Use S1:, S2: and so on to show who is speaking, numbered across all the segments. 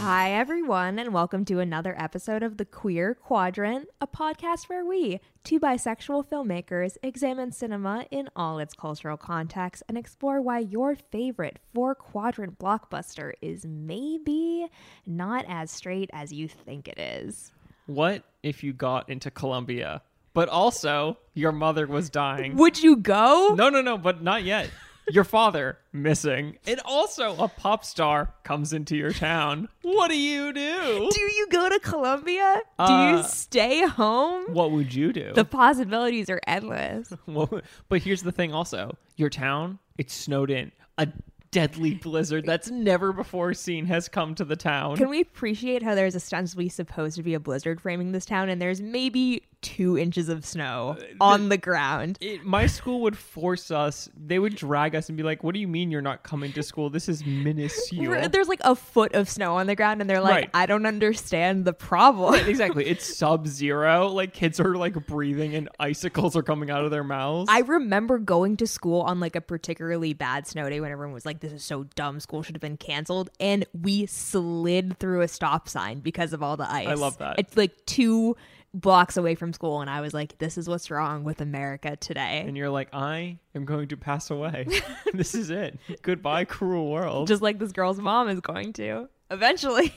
S1: Hi, everyone, and welcome to another episode of The Queer Quadrant, a podcast where we, two bisexual filmmakers, examine cinema in all its cultural contexts and explore why your favorite four quadrant blockbuster is maybe not as straight as you think it is.
S2: What if you got into Columbia, but also your mother was dying?
S1: Would you go?
S2: No, no, no, but not yet. Your father missing. And also a pop star comes into your town. What do you do?
S1: Do you go to Columbia? Do
S2: Uh,
S1: you stay home?
S2: What would you do?
S1: The possibilities are endless.
S2: What would- but here's the thing also. Your town, it's snowed in. A deadly blizzard that's never before seen has come to the town.
S1: Can we appreciate how there's ostensibly supposed to be a blizzard framing this town and there's maybe two inches of
S2: Uh,
S1: snow on the ground?
S2: it, my school would force us. They would drag us and be like, "What do you mean you're not coming to school? This is minuscule."
S1: There's like a foot of snow on the ground and they're like,
S2: Right.
S1: I don't understand the problem.
S2: exactly. It's sub zero. Like kids are like breathing and icicles are coming out of their mouths.
S1: I remember going to school on like a particularly bad snow day when everyone was like, this is so dumb. School should have been canceled. And we slid through a stop sign because of all the ice.
S2: love that.
S1: It's like two blocks away from school. And I was like, this is what's wrong with America today.
S2: and you're like, I am going to pass away. this is it. Goodbye, cruel world.
S1: just like this girl's mom is going to eventually.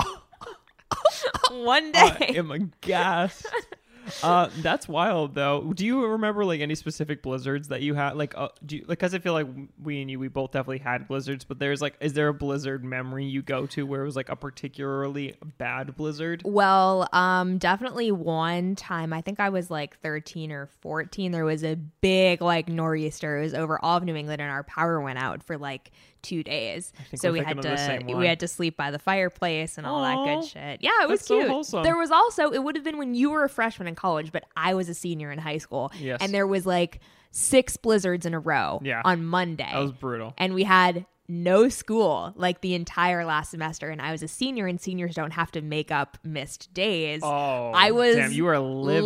S1: One
S2: I
S1: day.
S2: am aghast. Uh, that's wild though. Do you remember like any specific blizzards that you had? Like, uh, do you, like, cause I feel like we and you, we both definitely had blizzards, but there's like, is there a blizzard memory you go to where it was like a particularly bad blizzard?
S1: well, um, definitely one time, I think I was like 13 or 14, there was a big like nor'easter. It was over all of New England and our power went out for like two days.
S2: think
S1: So
S2: we're
S1: we had
S2: thinking of the
S1: to
S2: same one.
S1: we had to sleep by the fireplace and all that
S2: Aw,
S1: good shit. Yeah, it was
S2: that's so
S1: cute.
S2: wholesome.
S1: There was also it would have been when you were a freshman in college, but I was a senior in high school.
S2: Yes.
S1: And there was like six blizzards in a row
S2: Yeah.
S1: on Monday.
S2: That was brutal.
S1: and we had no school like the entire last semester and i was a senior and seniors don't have to make up missed days
S2: Oh,
S1: i was
S2: damn, you are living.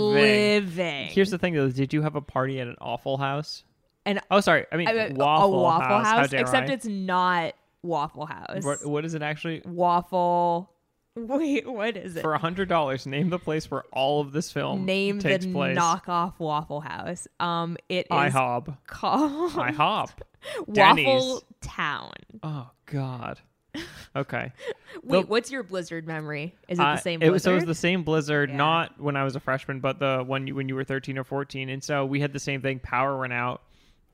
S1: living.
S2: Here's the thing though: did you have a party at an awful house?
S1: An-
S2: oh, sorry, I mean,
S1: I mean,
S2: waffle,
S1: a waffle house,
S2: house. How dare
S1: except
S2: I?
S1: it's not waffle house
S2: What, what is it actually?
S1: waffle wait what is it
S2: For a hundred dollars, name the place where all of this film
S1: name the
S2: takes place.
S1: knockoff waffle house um it is
S2: IHOP.
S1: called
S2: IHOP. Denny's.
S1: waffle town
S2: Oh God. Okay.
S1: wait
S2: The-
S1: what's your blizzard memory is it
S2: Uh,
S1: the same
S2: It
S1: blizzard?
S2: was, so it was the same blizzard,
S1: Yeah.
S2: not when I was a freshman, but the when you when you were thirteen or fourteen. And so we had the same thing. Power went out,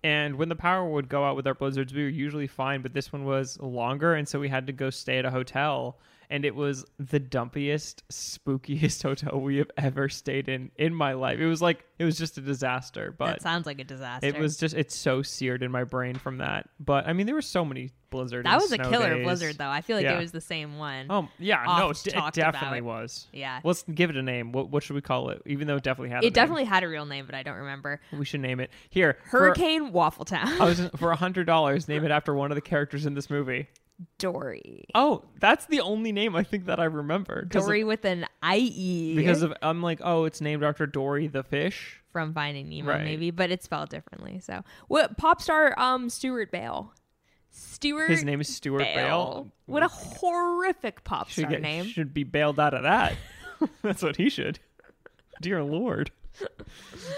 S2: and when the power would go out with our blizzards, we were usually fine. But this one was longer, and so we had to go stay at a hotel. And it was the dumpiest, spookiest hotel we have ever stayed in in my life. It was like it was just a disaster. But
S1: that sounds like a disaster
S2: it was just it's so seared in my brain from that. But I mean, there were so many blizzards.
S1: That was a killer blizzard, though. I feel like it
S2: Yeah.
S1: was the same one.
S2: Um. Yeah. No.
S1: oft
S2: It, it
S1: talked
S2: definitely
S1: about.
S2: was.
S1: Yeah.
S2: Let's give it a name. What What should we call it? Even though it definitely had. a
S1: it
S2: name.
S1: definitely had a real name, but I don't remember.
S2: We should name it here. for- Oh.
S1: Hurricane Waffle Town.
S2: I was for a hundred dollars. Name it after one of the characters in this movie.
S1: Dory.
S2: Oh, that's the only name I think that I remember. 'cause
S1: Dory
S2: Of,
S1: with an E IE.
S2: because of I'm like, oh, it's named after Dory the fish.
S1: from Finding Nemo,
S2: Right.
S1: maybe, but it's spelled differently. So, what pop star um Stuart Bale? Stuart
S2: His name is Stuart
S1: Bale.
S2: Bale. Mm,
S1: What a horrific pop
S2: should
S1: star
S2: get,
S1: name.
S2: should be bailed out of that. That's what he should. Dear Lord,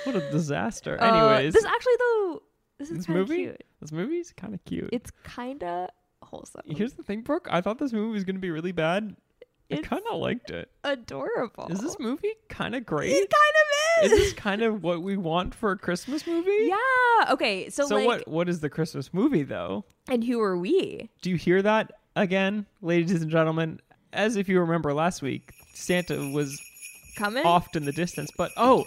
S2: what a disaster.
S1: Uh,
S2: Anyways,
S1: this actually though, this is
S2: this
S1: kind of
S2: movie,
S1: cute.
S2: this movie's kind of cute.
S1: It's kind of wholesome.
S2: Here's the thing, Brooke. I thought this movie was gonna be really bad. I
S1: It's-
S2: kind of liked it.
S1: Adorable.
S2: Is this movie kind
S1: Oh.
S2: of
S1: It
S2: great?
S1: kind
S2: Is
S1: of is.
S2: this kind of what we want for a Christmas movie?
S1: yeah. Okay. So,
S2: So
S1: like,
S2: what? What is the Christmas movie though?
S1: and who are we?
S2: Do you hear that again, ladies and gentlemen? As if you remember last week, Santa was
S1: Coming?
S2: oft in the distance. But oh,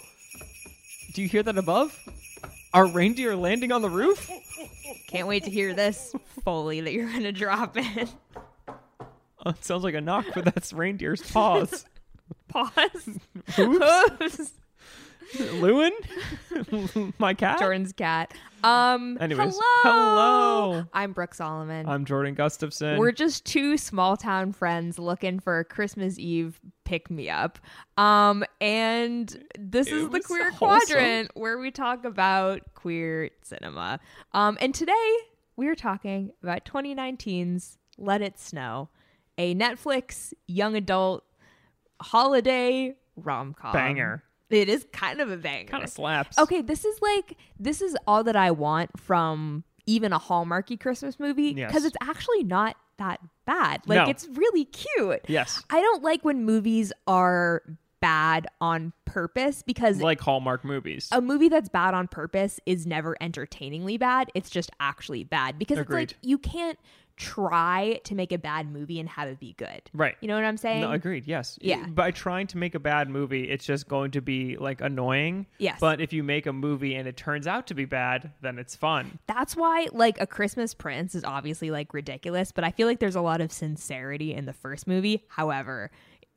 S2: do you hear that above? Are reindeer landing on the roof?
S1: Can't wait to hear this foley that you're gonna drop in.
S2: Oh, it sounds like a knock, but that's reindeer's paws.
S1: Pause.
S2: Oops,
S1: Oops.
S2: Lewin, my cat.
S1: Jordan's cat. Um,
S2: Anyways,
S1: hello.
S2: hello.
S1: I'm Brooke Solomon.
S2: I'm Jordan Gustafson.
S1: We're just two small town friends looking for a Christmas Eve pick me up. Um, and this
S2: It
S1: is the
S2: was
S1: Queer
S2: wholesome.
S1: Quadrant where we talk about queer cinema. Um, and today we're talking about 2019's Let It Snow, a Netflix young adult holiday rom com.
S2: banger.
S1: It is kind of a banger.
S2: Kind of slaps.
S1: Okay, this is like this is all that I want from even a Hallmarky Christmas movie
S2: Yes.
S1: because it's actually not that bad. Like
S2: No.
S1: it's really cute.
S2: Yes.
S1: I don't like when movies are bad on purpose because
S2: Like Hallmark movies.
S1: a movie that's bad on purpose is never entertainingly bad. It's just actually bad because it's
S2: Agreed.
S1: like you can't try to make a bad movie and have it be good.
S2: right.
S1: You know what I'm saying?
S2: No, agreed. Yes.
S1: Yeah.
S2: By trying to make a bad movie, it's just going to be like annoying.
S1: Yes.
S2: But if you make a movie and it turns out to be bad, then it's fun.
S1: that's why like a christmas prince is obviously like ridiculous but i feel like there's a lot of sincerity in the first movie however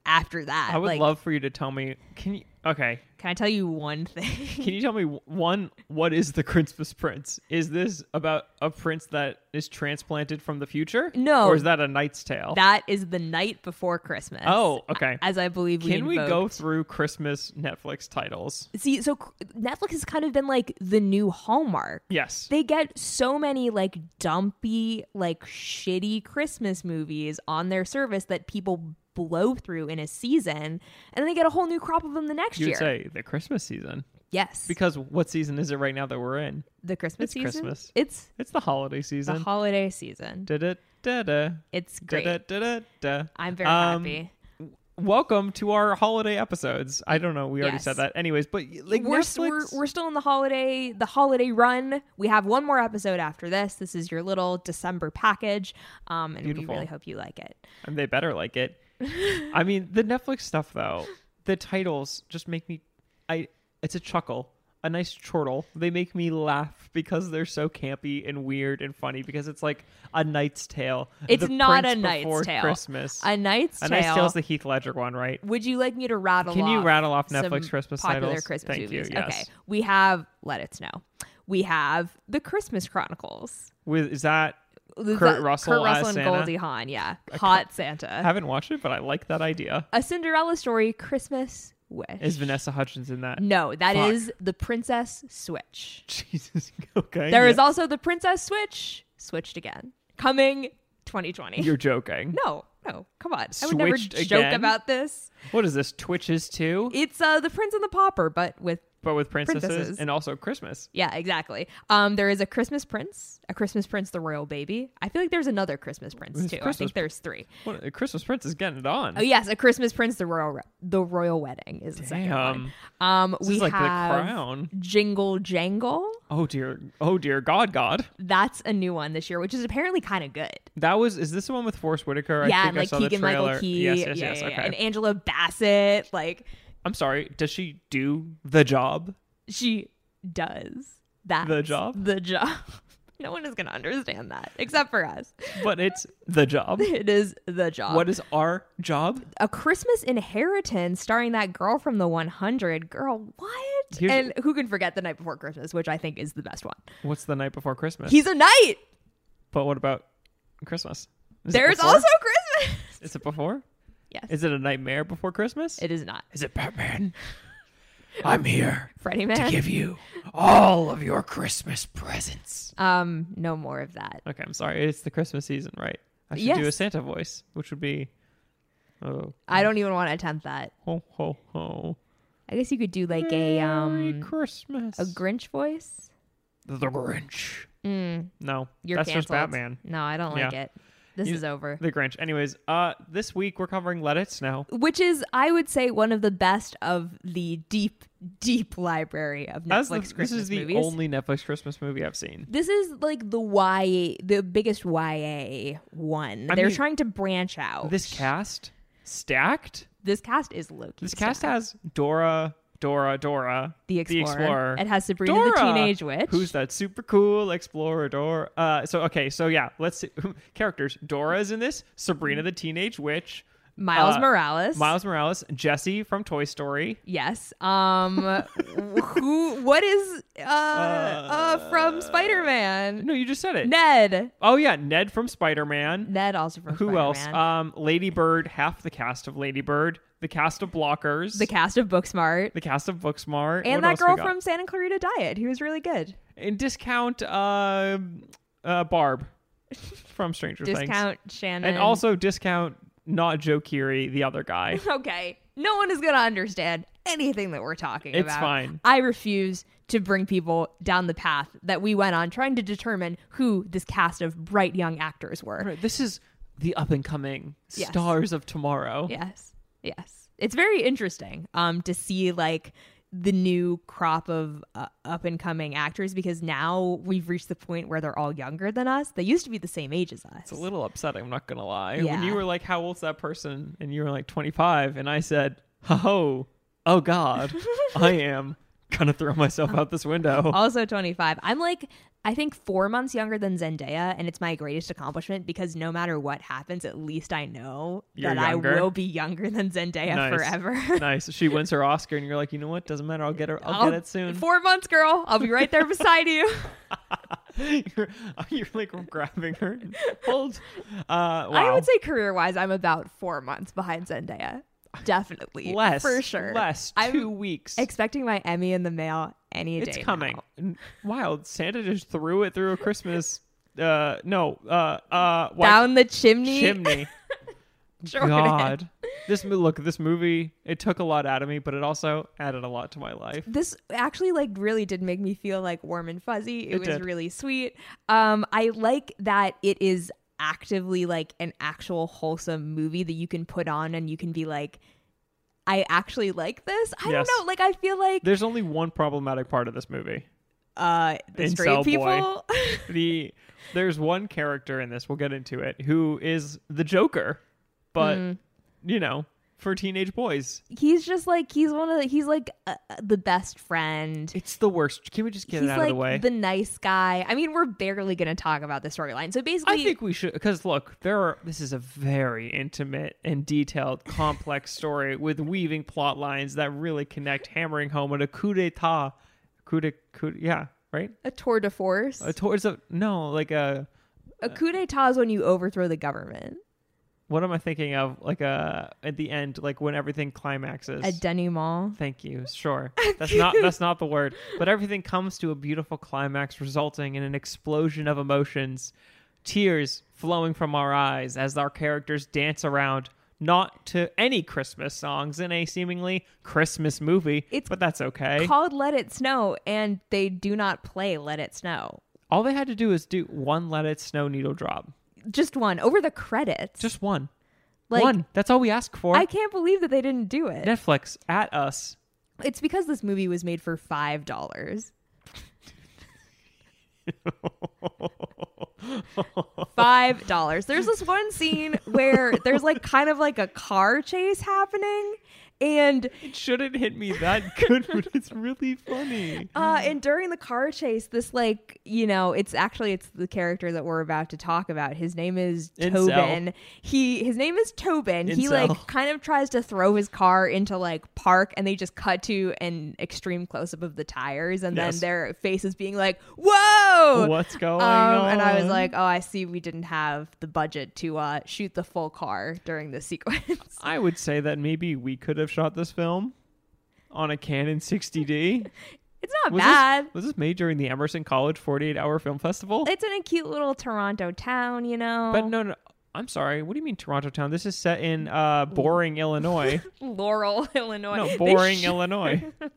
S1: after that
S2: I would
S1: Uh, like
S2: love for you to tell me. Can you? Okay.
S1: can i tell you one thing
S2: Can you tell me w- one? What is the Christmas Prince? Is this about a prince that is transplanted from the future?
S1: No.
S2: Or is that a Knight's Tale?
S1: that is the night before christmas
S2: oh, okay.
S1: as i believe we
S2: Can we go
S1: invoked.
S2: through Christmas Netflix titles?
S1: see so cr- netflix has kind of been like the new hallmark
S2: Yes.
S1: they get so many like dumpy like shitty christmas movies on their service that people blow through in a season and then they get a whole new crop of them the next
S2: You
S1: year
S2: would say the Christmas season.
S1: yes
S2: Because what season is it right now that we're in?
S1: the Christmas
S2: It's
S1: season.
S2: Christmas.
S1: It's
S2: It's the holiday
S1: the
S2: season.
S1: holiday season.
S2: Da da da da.
S1: It's
S2: Da
S1: great.
S2: da da da da.
S1: I'm very
S2: Um,
S1: happy.
S2: Welcome to our holiday episodes. I don't know. We already
S1: Yes.
S2: said that. Anyways, but like
S1: we're,
S2: Netflix,
S1: we're we're still in the holiday the holiday run. We have one more episode after this. This is your little December package, um, and we
S2: Beautiful.
S1: really hope you like it.
S2: and they better like it. I mean, the Netflix stuff though, the titles just make me. I it's a chuckle, a nice chortle. They make me laugh because they're so campy and weird and funny. Because it's like a Knight's Tale.
S1: It's
S2: The
S1: not
S2: Prince
S1: a Knight's
S2: Before
S1: Tale.
S2: Christmas.
S1: A Knight's
S2: a
S1: Tale.
S2: Knight's Tale is the Heath Ledger one, right?
S1: Would you like me to rattle?
S2: Can you
S1: off
S2: rattle off
S1: some
S2: Netflix Christmas
S1: popular
S2: titles?
S1: Christmas
S2: Thank you,
S1: movies?
S2: yes.
S1: Okay, we have Let It Snow. We have The Christmas Chronicles.
S2: With is that
S1: Kurt
S2: Russell
S1: Kurt Russell
S2: as
S1: and
S2: Santa?
S1: Goldie Hawn. Yeah, hot Santa.
S2: I haven't watched it, but I like that idea.
S1: A Cinderella Story Christmas Wish.
S2: Is Vanessa Hutchins in that?
S1: no, that
S2: Fuck.
S1: is the Princess Switch.
S2: Jesus. Okay.
S1: There is
S2: yeah.
S1: also the Princess Switch switched again, coming 2020.
S2: You're joking.
S1: no, no, come on. I would never
S2: Switched
S1: joke
S2: again?
S1: about this.
S2: What is this? Twitches too,
S1: It's uh, the Prince and the Pauper, but with
S2: but with princesses,
S1: Princesses.
S2: and also Christmas.
S1: yeah, exactly. Um, there is a Christmas Prince, a Christmas Prince, the Royal Baby. I feel like there's another Christmas Prince
S2: There's
S1: too. I
S2: Christmas-
S1: think there's three.
S2: What, a Christmas Prince is getting it on.
S1: Oh yes, a Christmas Prince, the Royal, Re- the Royal Wedding is the second one. Um,
S2: This
S1: we
S2: is like
S1: have
S2: the crown.
S1: Jingle Jangle.
S2: Oh dear. Oh dear. God. God.
S1: That's a new one this year, which is apparently kind of good.
S2: That was. Is this the one with Forrest Whitaker? I
S1: yeah,
S2: think
S1: and
S2: I
S1: like
S2: saw
S1: Keegan
S2: the trailer.
S1: Michael Key,
S2: Yes. Yes.
S1: yeah,
S2: yes.
S1: yeah, yeah,
S2: okay.
S1: and Angela Bassett. Like
S2: I'm sorry. Does she do the job?
S1: she does that.
S2: The job?
S1: The job. No one is going to understand that except for us.
S2: But it's the job.
S1: It is the job.
S2: What is our job?
S1: a Christmas Inheritance starring that girl from The 100. Girl, what?
S2: Here's-
S1: and who can forget The Night Before Christmas, which I think is the best one.
S2: What's the night before Christmas?
S1: He's a knight.
S2: But what about Christmas? Is it
S1: There's
S2: before?
S1: also Christmas.
S2: Is it before?
S1: Yes.
S2: Is it a nightmare before Christmas?
S1: it is not.
S2: Is it Batman? I'm here
S1: Freddie Man.
S2: you all of your Christmas presents.
S1: um, no more of that.
S2: Okay, I'm sorry. It's the Christmas season, right? I should do a
S1: Yes.
S2: Santa voice, which would be oh
S1: I don't even want to attempt that.
S2: ho ho ho.
S1: I guess you could do like a
S2: Merry
S1: um
S2: Christmas.
S1: a Grinch voice.
S2: the Grinch.
S1: Mm,
S2: No,
S1: you're
S2: that's
S1: canceled.
S2: just Batman.
S1: No, I don't like
S2: Yeah.
S1: it. This
S2: You-
S1: is over.
S2: The Grinch. Anyways, uh, this week we're covering Let It Snow.
S1: Which is, I would say, one of the best of the deep, deep library of
S2: That's the,
S1: Netflix Christmas
S2: this is the
S1: movies.
S2: only Netflix Christmas movie I've seen.
S1: this is like the YA, the biggest YA one.
S2: I
S1: They're
S2: mean,
S1: trying to branch out.
S2: This cast stacked.
S1: this cast is low
S2: This cast has Dora, Dora, Dora,
S1: the explorer. It has Sabrina the
S2: Dora,
S1: Teenage Witch.
S2: Who's that super cool explorer? Dora. Uh, so okay, so yeah, let's see. characters. Dora is in this. Sabrina the Teenage Witch.
S1: Miles
S2: Uh,
S1: Morales.
S2: Miles Morales, Jesse from Toy Story.
S1: Yes. Um who what is uh uh from Spider-Man?
S2: No, you just said it.
S1: Ned.
S2: oh yeah, Ned from Spider Man.
S1: Ned also from
S2: Who else?
S1: Spider-Man.
S2: Um, Lady Bird, half the cast of Lady Bird, the cast of Blockers,
S1: the cast of Booksmart.
S2: the cast of Booksmart,
S1: And
S2: What
S1: that
S2: else we
S1: girl
S2: got?
S1: from Santa Clarita Diet, who was really good.
S2: and discount uh, uh, Barb from Stranger Things,
S1: Discount Shannon.
S2: and also discount not Joe Keery, the other guy.
S1: okay, no one is gonna understand anything that we're talking
S2: It's
S1: about.
S2: fine.
S1: I refuse to bring people down the path that we went on trying to determine who this cast of bright young actors were.
S2: Right, this is the up and coming
S1: Yes.
S2: stars of tomorrow.
S1: Yes. Yes. It's very interesting um to see like the new crop of uh, up and coming actors because now we've reached the point where they're all younger than us. They used to be the same age as us.
S2: It's a little upsetting, I'm not gonna lie. When
S1: Yeah.
S2: you were like, "How old's that person?" and you were like 25, and I said, "Oh, oh God, I am gonna throw myself out this window."
S1: also 25. I'm like, I think four months younger than Zendaya, and it's my greatest accomplishment because no matter what happens, at least I know
S2: You're
S1: that
S2: younger.
S1: I will be younger than Zendaya
S2: Nice.
S1: forever.
S2: nice. She wins her Oscar, and you're like, "You know what? Doesn't matter. I'll get her. I'll,
S1: I'll-
S2: get it soon."
S1: Four months, girl. I'll be right there beside you.
S2: you're, you're like grabbing her. Hold. Uh, wow.
S1: I would say career wise, I'm about four months behind Zendaya. Definitely.
S2: less
S1: For sure.
S2: Less 2
S1: I'm
S2: weeks.
S1: expecting my Emmy in the mail any day.
S2: it's coming.
S1: now.
S2: N- Wow, Santa just threw it through a Christmas. Uh, no. Uh, uh, white
S1: Down the chimney.
S2: chimney.
S1: Jordan.
S2: God, this mo- look. This movie it took a lot out of me, but it also added a lot to my life.
S1: this actually like really did make me feel like warm and fuzzy. It,
S2: It
S1: was
S2: did.
S1: really sweet. Um I like that it is actively like an actual wholesome movie that you can put on and you can be like I actually like this. I
S2: Yes.
S1: don't know. Like I feel like
S2: There's only one problematic part of this movie.
S1: uh the
S2: Incel
S1: straight
S2: boy.
S1: people
S2: The there's one character in this. We'll get into it. Who is the Joker? But
S1: Mm.
S2: you know, for teenage boys,
S1: he's just like he's one of the, he's like uh, the best friend.
S2: it's the worst. Can we just get
S1: he's
S2: it out
S1: like
S2: of the way?
S1: nice guy. I mean, we're barely going to talk about the storyline. So basically,
S2: I think we should because look, there are this is a very intimate and detailed, complex story with weaving plot lines that really connect, hammering home at a coup d'état, coup de coup, yeah, right.
S1: a tour de force,
S2: A uh,
S1: a,
S2: towards a no, like a
S1: coup d'état is when you overthrow the government.
S2: what am I thinking of? Like a at the end, like when everything climaxes.
S1: A denouement.
S2: Thank you. Sure. That's not that's not the word. But everything comes to a beautiful climax resulting in an explosion of emotions, tears flowing from our eyes as our characters dance around not to any Christmas songs in a seemingly Christmas movie.
S1: It's
S2: but that's okay.
S1: Called Let It Snow, and they do not play Let It Snow.
S2: All they had to do is do one let it snow needle drop.
S1: Just one over the credits.
S2: Just one.
S1: like
S2: one. That's all we ask for.
S1: I can't believe that they didn't do it.
S2: Netflix at us.
S1: It's because this movie was made for five dollars. Five dollars. There's this one scene where there's like kind of like a car chase happening, and
S2: It shouldn't hit me that good, but it's really funny.
S1: Uh, and during the car chase, this like you know, it's actually it's the character that we're about to talk about. His name is
S2: Incel.
S1: Tobin. He his name is Tobin. He
S2: Incel.
S1: like kind of tries to throw his car into like park, and they just cut to an extreme close up of the tires, and
S2: Yes.
S1: then their faces being like, "Whoa!"
S2: What's going
S1: Um,
S2: on?
S1: and I was like, "Oh, I see. We didn't have the budget to uh, shoot the full car during this sequence."
S2: I would say that maybe we could have shot this film on a Canon 60D.
S1: it's not
S2: Was
S1: bad.
S2: this was this made during the Emerson College 48 Hour Film Festival?
S1: it's in a cute little Toronto town, you know.
S2: but no, no. I'm sorry. What do you mean Toronto Town? This is set in uh, boring Illinois.
S1: Laurel, Illinois.
S2: No,
S1: They
S2: boring
S1: sh-
S2: Illinois.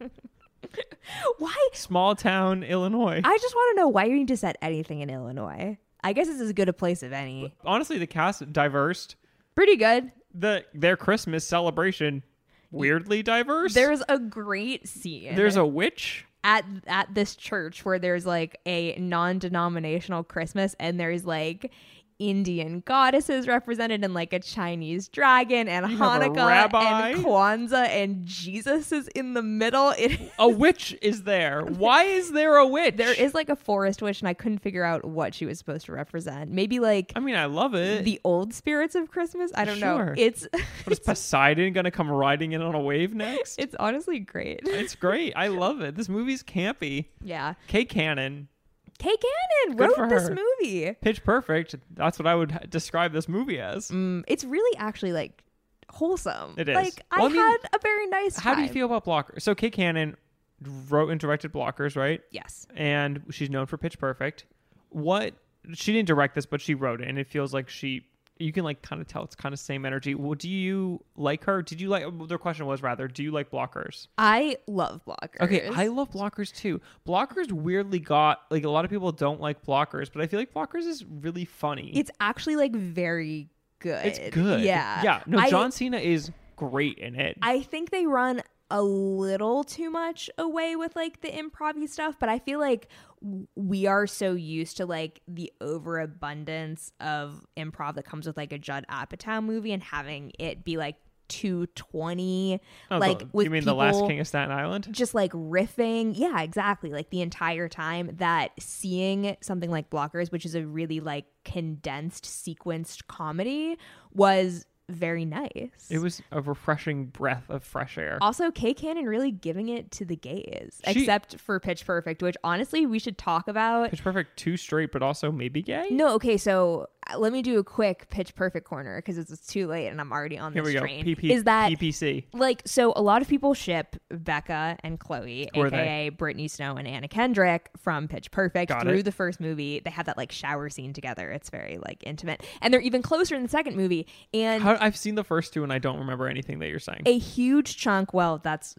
S1: Why?
S2: Small town Illinois.
S1: I just want to know why you need to set anything in Illinois. I guess it's as good a place as any.
S2: Honestly, the cast diverse.
S1: Pretty good.
S2: The their Christmas celebration weirdly diverse.
S1: There's a great scene.
S2: there's a witch.
S1: at at this church where there's like a non-denominational Christmas and there's like Indian goddesses represented and like a Chinese dragon and
S2: You have a
S1: Hanukkah
S2: rabbi.
S1: and Kwanzaa and Jesus is in the middle. It
S2: A witch is there. Why is there a witch?
S1: there is like a forest witch and I couldn't figure out what she was supposed to represent. Maybe like
S2: I mean, I love it.
S1: the old spirits of Christmas. I don't know.
S2: Sure.
S1: It's
S2: What is Poseidon gonna come riding in on a wave next?
S1: it's honestly great.
S2: It's great. I love it. This movie's campy.
S1: Yeah.
S2: Kay Cannon,
S1: Kay Cannon
S2: Good
S1: wrote
S2: for
S1: this
S2: her.
S1: movie.
S2: Pitch Perfect. That's what I would h- describe this movie as.
S1: Mm, it's really actually like wholesome.
S2: It is.
S1: Like I
S2: Well, I mean,
S1: had a very nice
S2: How do you
S1: time.
S2: feel about Blockers? So Kay Cannon wrote and directed Blockers, right?
S1: Yes.
S2: And she's known for Pitch Perfect. What she didn't direct this, but she wrote it, and it feels like she. You can like kind of tell it's kind of same energy. Well, do you like her? Did you like? Their question was rather, do you like Blockers?
S1: I love blockers.
S2: Okay, I love blockers too. Blockers weirdly got like a lot of people don't like blockers, but I feel like blockers is really funny.
S1: it's actually like very good.
S2: It's good.
S1: Yeah.
S2: Yeah. No,
S1: I-
S2: John Cena is great in it.
S1: I think they run a little too much away with like the improv stuff, but I feel like w- we are so used to like the overabundance of improv that comes with like a Judd Apatow movie and having it be like 220
S2: Oh,
S1: like
S2: the-
S1: with
S2: you mean
S1: people
S2: the last king of Staten Island?
S1: just like riffing yeah exactly like the entire time that seeing something like blockers which is a really like condensed sequenced comedy was very nice
S2: It was a refreshing breath of fresh air.
S1: also Kay Cannon really giving it to the gays,
S2: She-
S1: except for Pitch Perfect, which honestly we should talk about.
S2: Pitch Perfect, too straight, but also maybe gay.
S1: No, okay, so uh, let me do a quick Pitch Perfect corner because it's, it's too late and I'm already on
S2: Here
S1: this
S2: we go.
S1: train.
S2: PP,
S1: Is that
S2: PPC?
S1: like so? A lot of people ship Becca and Chloe,
S2: Who are they?
S1: aka Brittany Snow and Anna Kendrick, from Pitch Perfect
S2: Got
S1: through
S2: it.
S1: the first movie. They have that like shower scene together. It's very like intimate, and they're even closer in the second movie. And
S2: How, I've seen the first two and I don't remember anything that you're saying.
S1: a huge chunk. Well, that's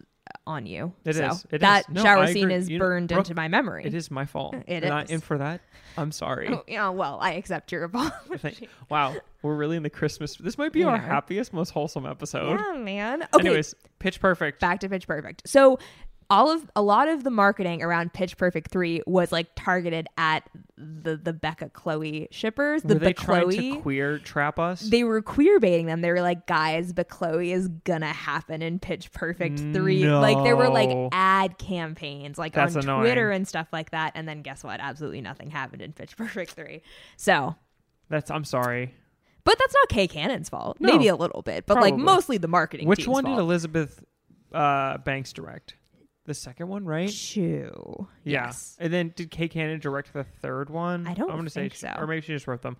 S1: on you.
S2: It
S1: so
S2: is. It
S1: that
S2: is. No,
S1: shower
S2: I
S1: scene
S2: agree.
S1: is
S2: You know,
S1: burned
S2: Brooke,
S1: into my memory.
S2: it is my fault.
S1: It
S2: and I-
S1: is.
S2: and for that, I'm sorry.
S1: Oh, yeah. Well, I accept your apology.
S2: Thank- wow, we're really in the Christmas. This might be our
S1: Yeah.
S2: happiest, most wholesome episode.
S1: Yeah, man. Okay.
S2: Anyways, Pitch Perfect.
S1: back to Pitch Perfect. So all of a lot of the marketing around Pitch Perfect three was like targeted at the the Becca Chloe shippers. The
S2: Were they
S1: Be-
S2: trying
S1: Chloe.
S2: to queer trap us?
S1: they were queer baiting them. They were like, guys, but Chloe is gonna happen in Pitch Perfect 3. Like, there were like
S2: No.
S1: ad campaigns, like
S2: That's
S1: on
S2: annoying.
S1: Twitter and stuff like that. And then guess what? Absolutely nothing happened in Pitch Perfect 3. So,
S2: That's. I'm sorry.
S1: but that's not Kay Cannon's fault.
S2: No.
S1: Maybe a little bit, but like
S2: Probably.
S1: mostly the marketing.
S2: Which
S1: team's
S2: one
S1: fault.
S2: did Elizabeth uh, Banks direct? The second one, right?
S1: Chew.
S2: Yeah.
S1: Yes.
S2: And then did Kay Cannon direct the third one?
S1: I don't
S2: I'm gonna
S1: think
S2: say,
S1: so.
S2: Or maybe she just wrote them.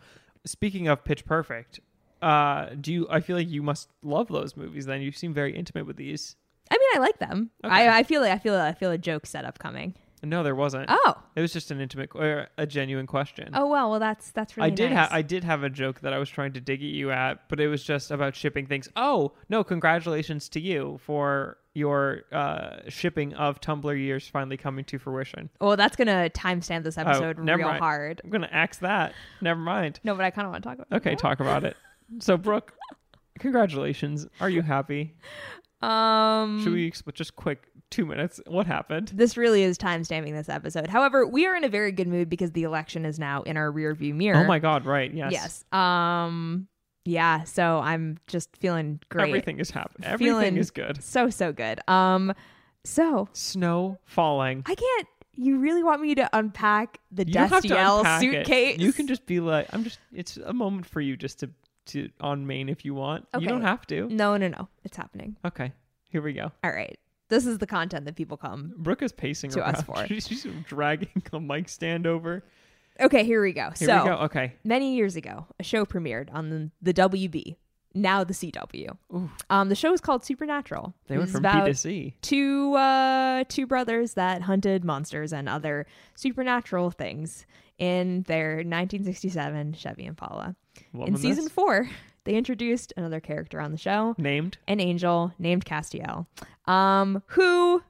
S2: Speaking of Pitch Perfect, uh, do you? I feel like you must love those movies. Then you seem very intimate with these.
S1: I mean, I like them.
S2: Okay.
S1: I, I feel like I feel I feel a joke setup coming.
S2: No, there wasn't.
S1: Oh,
S2: It was just an intimate, or a genuine question.
S1: oh well, well that's that's really.
S2: I did
S1: nice.
S2: have I did have a joke that I was trying to dig at you at, but it was just about shipping things. Oh no! Congratulations to you for your uh, shipping of Tumblr years finally coming to fruition.
S1: Well, that's gonna timestamp this episode
S2: Oh, never
S1: real
S2: mind.
S1: hard.
S2: I'm gonna axe that. Never mind.
S1: No, but I kind of want to talk about.
S2: Okay, talk about it. So Brooke, congratulations. Are you happy?
S1: It. Um,
S2: Should we expl- just quick two minutes? What happened?
S1: this really is timestamping this episode. However, we are in a very good mood because the election is now in our rearview mirror.
S2: Oh my God! Right? Yes.
S1: Yes. Um. Yeah. So I'm just feeling great.
S2: Everything is happening. Everything
S1: Feeling-
S2: is good.
S1: So so good. Um. So
S2: Snow falling.
S1: I can't. You really want me to unpack the
S2: You don't have to
S1: Destiel
S2: unpack it.
S1: suitcase?
S2: You can just be like, I'm just. It's a moment for you just to to on main if you want. You don't
S1: Okay.
S2: have to.
S1: No, no, no. It's happening.
S2: Okay, here we go.
S1: All right. This is the content that people come.
S2: Brooke is pacing
S1: To
S2: around.
S1: us four.
S2: She's she's dragging the mic stand over.
S1: Okay, here we go.
S2: Here
S1: so,
S2: we go. Okay.
S1: many years ago, a show premiered on the, the WB, now the CW.
S2: Ooh.
S1: Um, the show was called Supernatural.
S2: They
S1: It
S2: went
S1: was
S2: from
S1: about
S2: B to C.
S1: two uh, two brothers that hunted monsters and other supernatural things in their 1967 Chevy Impala.
S2: Loving
S1: in season
S2: this.
S1: four, they introduced another character on the show,
S2: named
S1: an angel named Castiel, um, who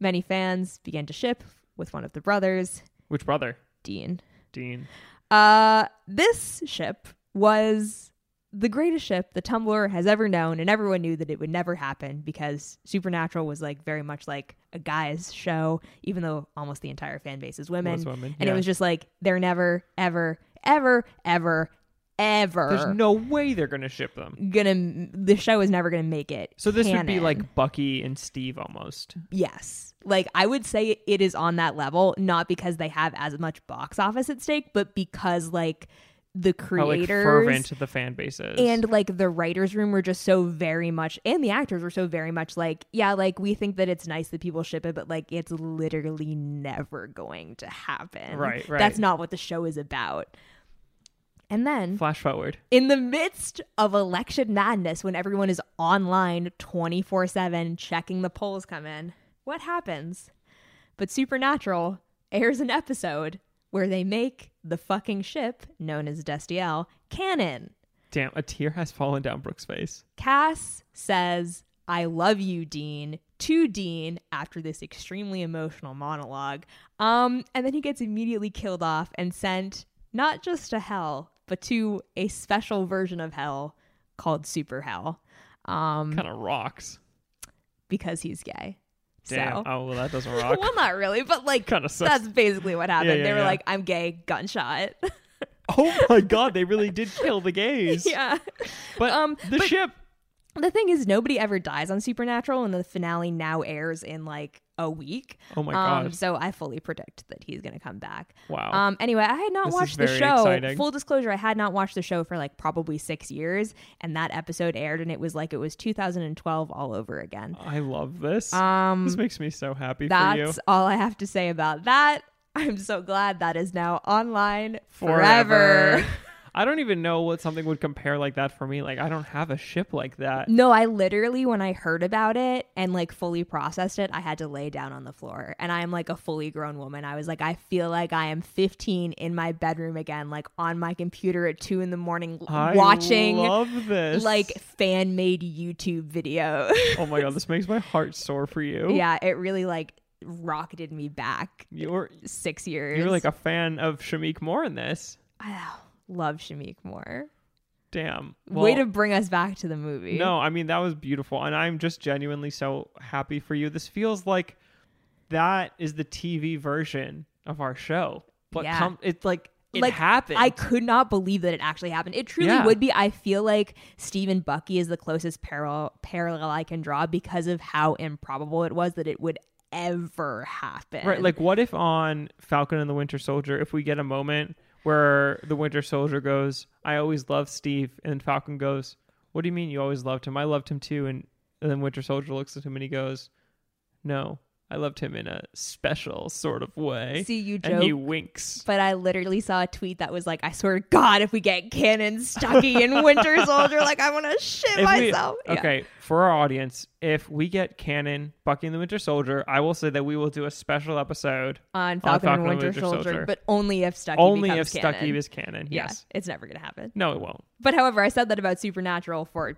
S1: many fans began to ship with one of the brothers,
S2: which brother?
S1: Dean.
S2: Dean.
S1: Uh, this ship was the greatest ship the Tumblr has ever known, and everyone knew that it would never happen because Supernatural was like very much like a guy's show, even though almost the entire fan base is women.
S2: Was women,
S1: and
S2: yeah.
S1: it was just like they're never, ever, ever, ever, ever
S2: There's no way they're gonna ship them.
S1: gonna the show is never gonna make it.
S2: So this would be
S1: canon.
S2: like Bucky and Steve almost.
S1: yes. Like I would say it is on that level, not because they have as much box office at stake, but because like the
S2: How like
S1: creators
S2: fervent the fan base is.
S1: and like the writers room were just so very much and the actors were so very much like yeah like we think that it's nice that people ship it but like it's literally never going to happen
S2: Right, right.
S1: that's not what the show is about and then
S2: flash forward.
S1: in the midst of election madness when everyone is online 24-7 checking the polls come in what happens but supernatural airs an episode where they make the fucking ship known as destiel canon
S2: Damn, a tear has fallen down Brooke's face.
S1: Cass says, I love you, Dean, to Dean after this extremely emotional monologue. Um, and then he gets immediately killed off and sent not just to hell, but to a special version of hell called Super Hell um,
S2: Kind of rocks.
S1: because he's gay.
S2: Damn.
S1: So.
S2: Oh well, that doesn't rock.
S1: Well, not really, but like
S2: Kinda sucks.
S1: that's basically what happened.
S2: yeah,
S1: they were
S2: yeah.
S1: like, "I'm gay," gunshot.
S2: oh my god, they really did kill the gays.
S1: yeah.
S2: But
S1: um,
S2: the ship.
S1: The thing is, nobody ever dies on Supernatural, and the finale now airs in like a week.
S2: Oh my
S1: Um,
S2: god.
S1: so I fully predict that he's going to come back.
S2: Wow.
S1: Um, anyway, I had not
S2: This is
S1: watched the
S2: very
S1: show.
S2: exciting.
S1: Full disclosure, I had not watched the show for like probably six years, and that episode aired, and it was like it was 2012 all over again.
S2: I love this.
S1: Um,
S2: this makes me so happy for you.
S1: that's all I have to say about that. I'm so glad that is now online forever.
S2: I don't even know what something would compare like that for me. Like I don't have a ship like that.
S1: No, I literally when I heard about it and like fully processed it, I had to lay down on the floor. And I'm like a fully grown woman. I was like, I feel like I am 15 in my bedroom again, like on my computer at two in the morning,
S2: I
S1: watching
S2: love this.
S1: like fan made YouTube videos.
S2: oh my god, this makes my heart sore for you.
S1: yeah, it really like rocketed me back
S2: You're
S1: six years.
S2: you're like a fan of Shamik Moore in this.
S1: I love Shamik Moore.
S2: Damn.
S1: Way
S2: Well,
S1: to bring us back to the movie.
S2: No, I mean that was beautiful, and I'm just genuinely so happy for you. This feels like that is the TV version of our show, but
S1: Yeah.
S2: come, it's like it
S1: Like,
S2: happened.
S1: I could not believe that it actually happened. It truly
S2: Yeah.
S1: would be. I feel like Steve and Bucky is the closest parallel parallel I can draw because of how improbable it was that it would ever happen.
S2: right, like what if on Falcon and the Winter Soldier, if we get a moment where the Winter Soldier goes, "I always loved Steve," and Falcon goes, "What do you mean you always loved him? I loved him too." And, and then Winter Soldier looks at him and he goes, "No, I loved him in a special sort of way."
S1: see you
S2: eh? and he
S1: joke.
S2: winks.
S1: But I literally saw a tweet that was like, "I swear to God, if we get Cannon, Stucky, and Winter Soldier, like I want to shit
S2: If we-
S1: myself." Yeah.
S2: okay, for our audience, if we get Canon, Bucky and the Winter Soldier, I will say that we will do a special episode
S1: on Falcon,
S2: Falcon
S1: and Winter, Soldier, but only if Stucky
S2: only if
S1: becomes
S2: Stucky
S1: Canon.
S2: is Canon.
S1: Yeah,
S2: Yes.
S1: it's never gonna happen.
S2: No, it won't.
S1: But however, I said that about Supernatural for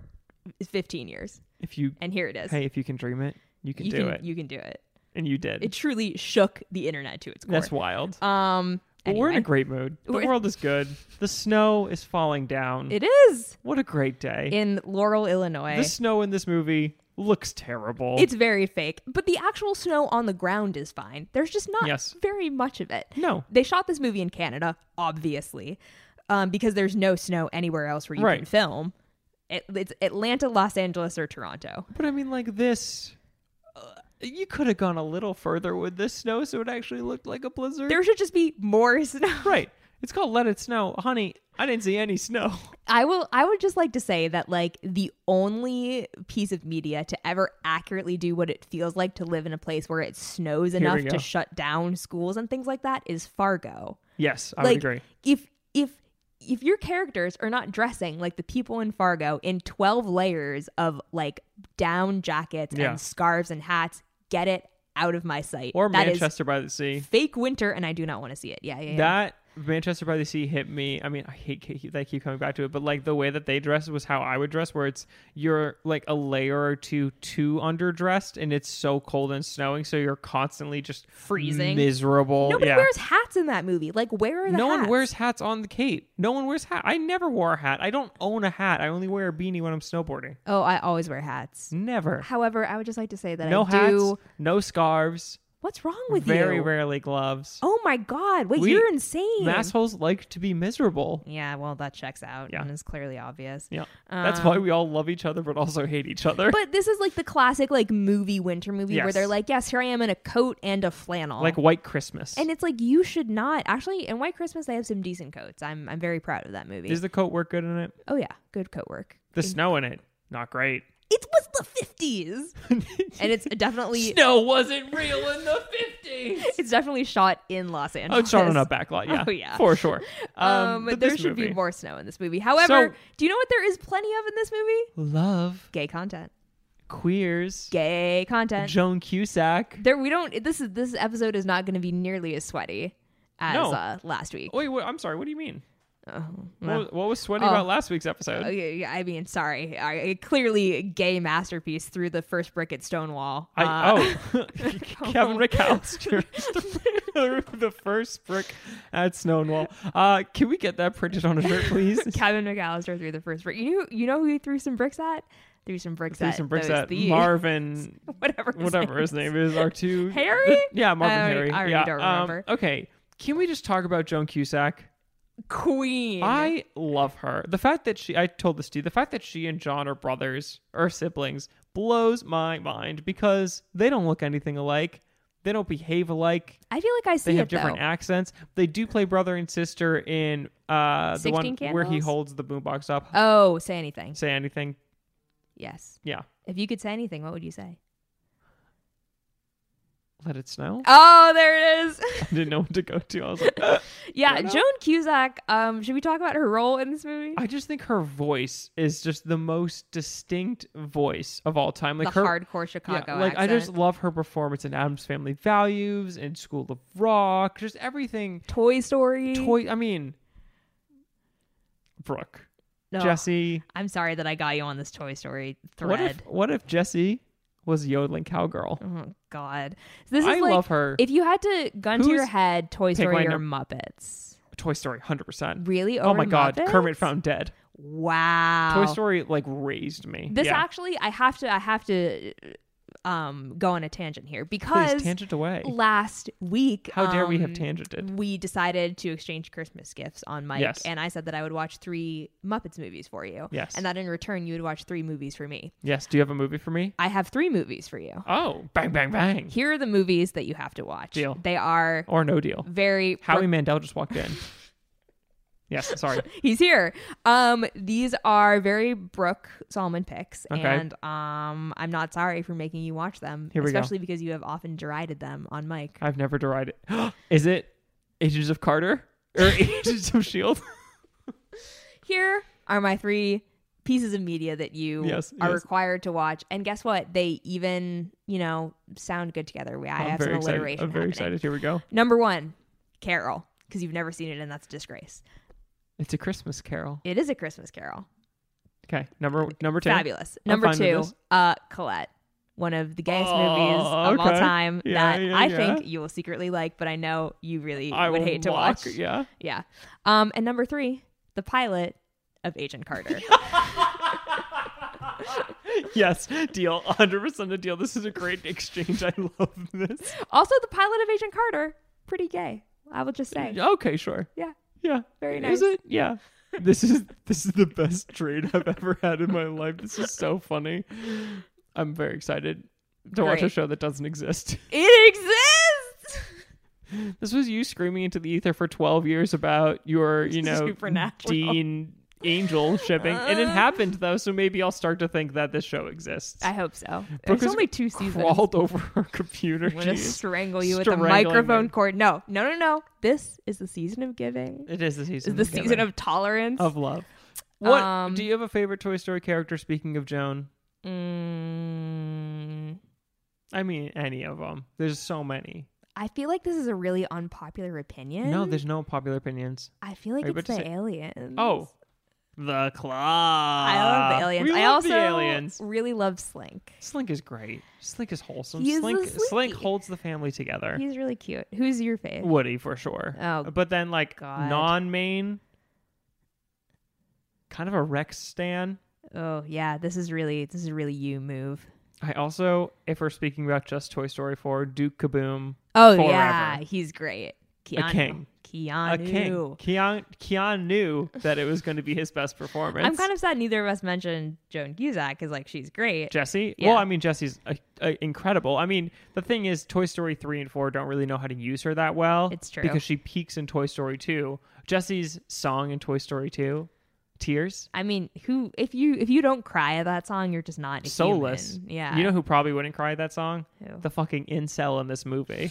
S1: 15 years,
S2: If you
S1: and here it is.
S2: hey, if you can dream it, you can
S1: you
S2: do
S1: can
S2: it,
S1: you can do it.
S2: and you did.
S1: It truly shook the internet to its core.
S2: That's wild.
S1: um,
S2: But we're in a
S1: anyway.
S2: great mood. The
S1: We're-
S2: world is good. The snow is falling down.
S1: it is
S2: what a great day.
S1: in Laurel, Illinois.
S2: the snow in this movie looks terrible.
S1: it's very fake, but the actual snow on the ground is fine. There's just not
S2: Yes.
S1: very much of it.
S2: no.
S1: They shot this movie in Canada, obviously, um, because there's no snow anywhere else where you can
S2: Right.
S1: film. It, it's Atlanta, Los Angeles, or Toronto.
S2: But I mean, like this, uh, you could have gone a little further with this snow, so it actually looked like a blizzard.
S1: There should just be more snow.
S2: right. It's called Let It Snow, honey. I didn't see any snow.
S1: I will I would just like to say that like the only piece of media to ever accurately do what it feels like to live in a place where it snows
S2: we
S1: enough to
S2: go.
S1: shut down schools and things like that is Fargo.
S2: Yes, I
S1: like
S2: would agree.
S1: if if if your characters are not dressing like the people in Fargo in 12 layers of like down jackets
S2: Yeah.
S1: and scarves and hats, get it out of my sight.
S2: Or
S1: That is
S2: Manchester by the Sea.
S1: fake winter and I do not want to see it. Yeah, yeah, yeah.
S2: That Manchester by the Sea hit me. I mean, I hate ke- that I keep coming back to it, but like the way that they dress was how I would dress, where it's you're like a layer or two too underdressed, and it's so cold and snowing, so you're constantly just
S1: Freezing.
S2: miserable.
S1: Nobody
S2: yeah.
S1: wears hats in that movie. Like where are the
S2: no one
S1: hats?
S2: wears hats on the cape. No one wears hat. I never wore a hat. I don't own a hat. I only wear a beanie when I'm snowboarding.
S1: Oh, I always wear hats.
S2: Never.
S1: However, I would just like to say that
S2: No
S1: I
S2: hats.
S1: do
S2: No scarves.
S1: What's wrong with
S2: Very
S1: you?
S2: rarely gloves.
S1: Oh my god! Wait,
S2: We-
S1: you're insane.
S2: Assholes like to be miserable.
S1: yeah, well, that checks out,
S2: Yeah.
S1: and it's clearly obvious.
S2: Yeah. That's
S1: Um,
S2: why we all love each other but also hate each other.
S1: But this is like the classic like movie winter movie where
S2: Yes.
S1: they're like, yes, here I am in a coat and a flannel,
S2: like White Christmas.
S1: and it's like you should not actually. In White Christmas, they have some decent coats. I'm I'm very proud of that movie.
S2: Is the coat work good in it?
S1: oh yeah, good coat work.
S2: The snow in it, not great.
S1: It was the fifties, and it's definitely
S2: Snow wasn't real in the 50s.
S1: it's definitely shot in Los
S2: Oh,
S1: Angeles.
S2: it's shot on a backlot, yeah.
S1: Oh, yeah.
S2: For sure.
S1: Um,
S2: but
S1: there
S2: this
S1: should
S2: movie-
S1: be more snow in this movie. However,
S2: So-
S1: do you know what there is plenty of in this movie?
S2: Love,
S1: Gay content.
S2: queers,
S1: Gay content.
S2: Joan Cusack.
S1: there we don't this is this episode is not going to be nearly as sweaty as
S2: No.
S1: uh, last week.
S2: Wait, wait, I'm sorry. What do you mean?
S1: Oh,
S2: What
S1: well.
S2: was, what was sweaty
S1: Oh.
S2: about last week's episode?
S1: Okay, yeah, I mean, sorry. I, I- clearly, gay masterpiece through the first brick at Stonewall.
S2: I,
S1: Uh, Oh,
S2: oh, Kevin McAllister, the first brick at Stonewall. Uh, can we get that printed on a shirt, please?
S1: Kevin McAllister threw the first brick. You you know who he threw some bricks at? Threw some bricks
S2: Threw
S1: at
S2: some bricks
S1: those-
S2: at
S1: the-
S2: Marvin,
S1: whatever his
S2: whatever
S1: name
S2: his
S1: is.
S2: name is, our two
S1: Harry?
S2: yeah, Marvin
S1: I already-
S2: Harry.
S1: I already
S2: yeah.
S1: don't
S2: um,
S1: remember.
S2: okay, can we just talk about Joan Cusack?
S1: Queen.
S2: I love her. The fact that she, I told this to you, the fact that she and John are brothers or siblings blows my mind because they don't look anything alike. They don't behave alike.
S1: I feel like I see
S2: They have
S1: it
S2: different
S1: though.
S2: accents. They do play brother and sister in uh, the
S1: 16
S2: one where he
S1: Candles?
S2: holds the boombox up.
S1: Oh, say anything.
S2: Say anything.
S1: Yes.
S2: Yeah.
S1: If you could say anything, what would you say?
S2: Let it snow.
S1: Oh, there it is.
S2: I didn't know what to go to. I was like, "Ugh."
S1: yeah,
S2: Fair enough.
S1: Joan Cusack. Um, should we talk about her role in this movie?
S2: I just think her voice is just the most distinct voice of all time. Like
S1: the
S2: her
S1: hardcore Chicago
S2: like
S1: accent.
S2: I just love her performance in Adam's Family Values and School of Rock, just everything.
S1: Toy Story.
S2: Toy, I mean, Brooke,
S1: No,
S2: Jesse.
S1: I'm sorry that I got you on this Toy Story thread.
S2: What if what if Jesse was a yodeling cowgirl?
S1: Oh God, this is
S2: I
S1: like
S2: love her.
S1: if you had to gun to your
S2: Who's-
S1: head, Toy
S2: Pick
S1: Story
S2: my
S1: or Muppets.
S2: Toy Story, hundred percent.
S1: Really?
S2: Oh
S1: over
S2: my God,
S1: Muppets?
S2: Kermit found dead.
S1: Wow.
S2: Toy Story like raised me.
S1: This
S2: yeah.
S1: actually, I have to, I have to, um, go on a tangent here
S2: Please
S1: because
S2: tangent away.
S1: last week,
S2: How dare we have
S1: um,
S2: tangented?
S1: we decided to exchange Christmas gifts on Mike,
S2: Mm-hmm. Yes.
S1: and I said that I would watch three Muppets movies for you.
S2: Yes.
S1: And that in return, you would watch three movies for me.
S2: Yes. Do you have a movie for me?
S1: I have three movies for you.
S2: Oh, bang, bang, bang,
S1: Here are the movies that you have to watch.
S2: Deal.
S1: They are
S2: or no deal.
S1: very.
S2: Howie Mandel just walked in. yes. Sorry.
S1: He's here. Um, these are very Brooke Solomon picks,
S2: Okay.
S1: and um, I'm not sorry for making you watch them,
S2: Here we go.
S1: especially because you have often derided them on Mike.
S2: I've never derided. Is it Agents of Carter or Agents of Shield?
S1: Here are my three pieces of media that you
S2: Yes,
S1: are
S2: yes.
S1: required to watch, and guess what? They even you know sound good together. We I
S2: I'm
S1: have
S2: very
S1: some alliteration.
S2: excited. I'm very
S1: happening.
S2: excited. Here we go.
S1: Number one, Carol, because you've never seen it, and that's a disgrace.
S2: It's a Christmas Carol.
S1: It is a Christmas Carol.
S2: Okay, number number two.
S1: Fabulous.
S2: I'm
S1: Number
S2: fine with
S1: two,
S2: this.
S1: uh, Colette. One of the gayest
S2: Oh,
S1: movies of all
S2: okay.
S1: time
S2: Yeah,
S1: that
S2: yeah,
S1: I
S2: yeah.
S1: think you will secretly like, but I know you really
S2: I
S1: would
S2: will
S1: hate to
S2: mock-
S1: watch. Yeah.
S2: Yeah.
S1: Um, and number three, the pilot of Agent Carter.
S2: Yes, deal. 100 percent a deal. This is a great exchange. I love this.
S1: also, the pilot of Agent Carter, pretty gay. I will just say.
S2: Okay, sure.
S1: Yeah.
S2: Yeah.
S1: Very
S2: Is
S1: nice.
S2: it? Yeah. This is this is the best trade I've ever had in my life. This is so funny. I'm very excited to watch a
S1: Great.
S2: show that doesn't exist.
S1: It exists.
S2: This was you screaming into the ether for 12 years about your, you know,
S1: Supernatural.
S2: Dean Angel shipping. and it
S1: Uh.
S2: happened, though, so maybe I'll start to think that this show exists.
S1: I hope so.
S2: Brooke
S1: There's
S2: has
S1: only two seasons.
S2: Crawled over her computer.
S1: I'm gonna
S2: Jeez.
S1: strangle you with a
S2: strangling
S1: microphone
S2: me.
S1: cord. No, no, no, no. This is the season of giving.
S2: It is the
S1: This
S2: season.
S1: is the
S2: of giving.
S1: season of tolerance.
S2: of love. What
S1: Um,
S2: do you have a favorite Toy Story character? Speaking of Joan,
S1: Mm,
S2: I mean any of them. There's so many.
S1: I feel like this is a really unpopular opinion.
S2: No, there's no popular opinions.
S1: I feel like
S2: Are you
S1: it's the
S2: about to say-
S1: aliens.
S2: Oh, the Claw.
S1: I love the aliens.
S2: We
S1: I
S2: love
S1: also
S2: the aliens.
S1: really love Slink.
S2: Slink is great. Slink is wholesome.
S1: He is
S2: Slink
S1: the
S2: Slink
S1: slinky.
S2: holds the family together.
S1: He's really cute. Who's your fave?
S2: Woody for sure.
S1: Oh,
S2: but then like
S1: God.
S2: non-main, kind of a Rex stan.
S1: Oh yeah, this is really this is really you move.
S2: I also, if we're speaking about just Toy Story 4, Duke Kaboom,
S1: Oh
S2: Forever.
S1: yeah, he's great. Keanu.
S2: king.
S1: Keanu.
S2: a king. Keanu, Keanu knew that it was going to be his best performance.
S1: I'm kind of sad neither of us mentioned Joan Cusack because like she's great.
S2: Jesse?
S1: Yeah.
S2: Well, I mean, Jesse's uh, uh, incredible. I mean, the thing is, Toy Story 3 and 4 don't really know how to use her that well.
S1: It's true.
S2: Because she peaks in Toy Story 2. Jesse's song in Toy Story 2, Tears,
S1: I mean, who if you if you don't cry at that song, you're just not a
S2: soulless.
S1: human. Yeah,
S2: You know who probably wouldn't cry at that song?
S1: Who?
S2: The fucking incel in this movie.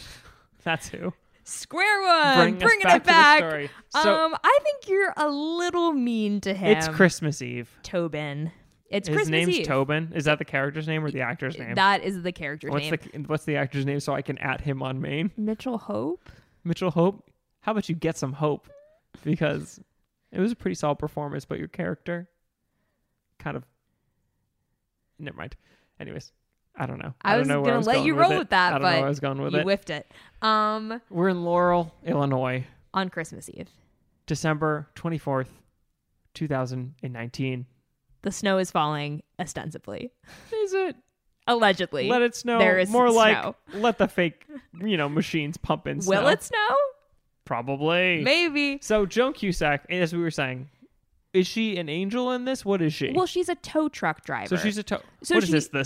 S2: That's who.
S1: square one,
S2: us
S1: Uh, bringing
S2: back
S1: it
S2: to the
S1: back.
S2: story. So-
S1: um, I think you're a little mean to him.
S2: It's Christmas Eve.
S1: Tobin. It's
S2: His
S1: Christmas
S2: name's
S1: Eve.
S2: Tobin. Is that the character's name or the actor's name?
S1: That is the character's
S2: what's
S1: name.
S2: the what's the actor's name so I can at him on main?
S1: Mitchell Hope.
S2: Mitchell Hope. How about you get some hope? Because it was a pretty solid performance, but your character kind of never mind. Anyways, I don't know.
S1: I,
S2: don't
S1: was
S2: know where
S1: gonna
S2: I was
S1: let
S2: going
S1: you
S2: with
S1: roll
S2: it.
S1: with that,
S2: I don't
S1: but
S2: know where I was going with
S1: you
S2: it.
S1: whiffed it. Um,
S2: We're in Laurel, Illinois,
S1: on Christmas Eve,
S2: December twenty fourth, two thousand and nineteen.
S1: the snow is falling ostensibly,
S2: Is it?
S1: allegedly.
S2: Let it snow.
S1: There is
S2: More like
S1: snow.
S2: let the fake, you know, machines pump in snow.
S1: Will it snow?
S2: Probably.
S1: Maybe.
S2: So Joan Cusack, as we were saying, is she an angel in this? What is she?
S1: Well, she's a tow truck driver.
S2: so she's a to-
S1: So
S2: What is
S1: she-
S2: this? The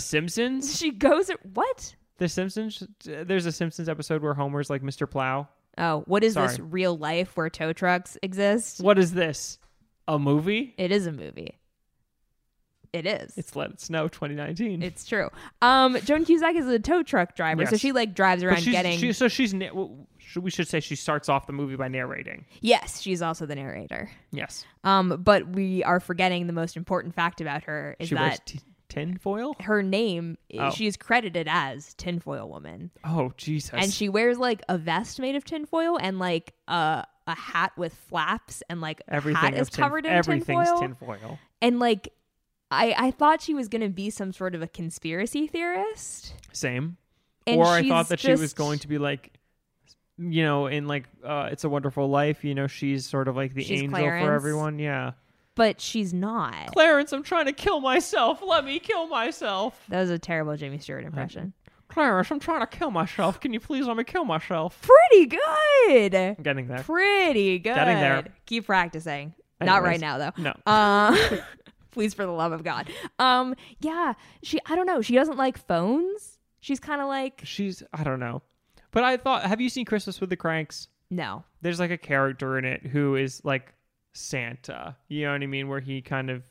S2: Simpsons?
S1: she goes what?
S2: The Simpsons? There's a Simpsons episode where Homer's like Mr. Plow.
S1: Oh, what is this
S2: Sorry.
S1: real life where tow trucks exist?
S2: What is this? A movie?
S1: It is a movie. It is. It's,
S2: It's Let It Snow 2019.
S1: true. Um, Joan Cusack is a tow truck driver, so
S2: Yes.
S1: she like drives
S2: But
S1: around
S2: she's,
S1: getting.
S2: she- so she's na- well, should- we should say she starts off the movie by narrating.
S1: Yes, she's also the narrator.
S2: Yes,
S1: Um, but we are forgetting the most important fact about her is
S2: she wears
S1: that
S2: t- tinfoil.
S1: her name
S2: Oh.
S1: she is credited as Tinfoil Woman,
S2: Oh Jesus!
S1: and she wears like a vest made of tinfoil and like a a hat with flaps, and like
S2: everything
S1: hat is
S2: of tin-
S1: covered in
S2: everything's
S1: tinfoil.
S2: tinfoil.
S1: and like I I thought she was gonna be some sort of a conspiracy theorist.
S2: Same.
S1: And
S2: or I
S1: she's
S2: thought that she was
S1: just-
S2: going to be like, you know, in like uh, "It's a Wonderful Life," you know, she's sort of like the
S1: She's
S2: angel
S1: Clarence.
S2: for everyone. Yeah,
S1: but she's not.
S2: Clarence, I'm trying to kill myself. Let me kill myself,
S1: That was a terrible Jamie
S2: Uh-huh.
S1: Stewart impression.
S2: Clarence. I'm trying to kill myself. Can you please let me kill myself?
S1: Pretty good.
S2: I'm getting there.
S1: Pretty good.
S2: Getting there.
S1: Keep practicing. Not right
S2: Anyways.
S1: now though.
S2: No,
S1: Uh, please for the love of God. Um yeah, she I don't know, she doesn't like phones. She's kind of like
S2: she's I don't know, but I thought. Have you seen Christmas with the Cranks?
S1: no.
S2: There's like a character in it who is like Santa. You know what I mean? Where he kind of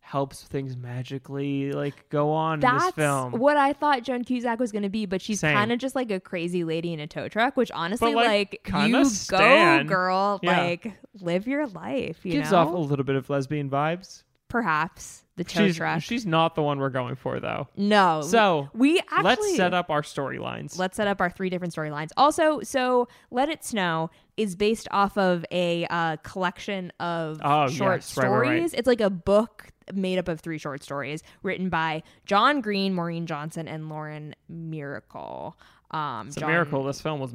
S2: helps things magically like go on in this
S1: That's
S2: film.
S1: what I thought Joan Cusack was going to be, but she's
S2: Same.
S1: kind of just like a crazy lady in a tow truck, which honestly,
S2: like,
S1: like,
S2: kinda
S1: you
S2: Stan.
S1: go, girl,
S2: Yeah.
S1: like live your life, you
S2: gives
S1: know.
S2: off a little bit of lesbian vibes.
S1: Perhaps the tow
S2: She's
S1: truck.
S2: she's not the one we're going for though.
S1: No.
S2: So,
S1: we actually
S2: Let's set up our storylines.
S1: let's set up our three different storylines. Also, so Let It Snow is based off of a uh, collection of
S2: Oh,
S1: short
S2: yes. Right,
S1: stories.
S2: right, right.
S1: It's like a book made up of three short stories written by John Green, Maureen Johnson, and Lauren Miracle. Um,
S2: It's a
S1: John,
S2: miracle this film was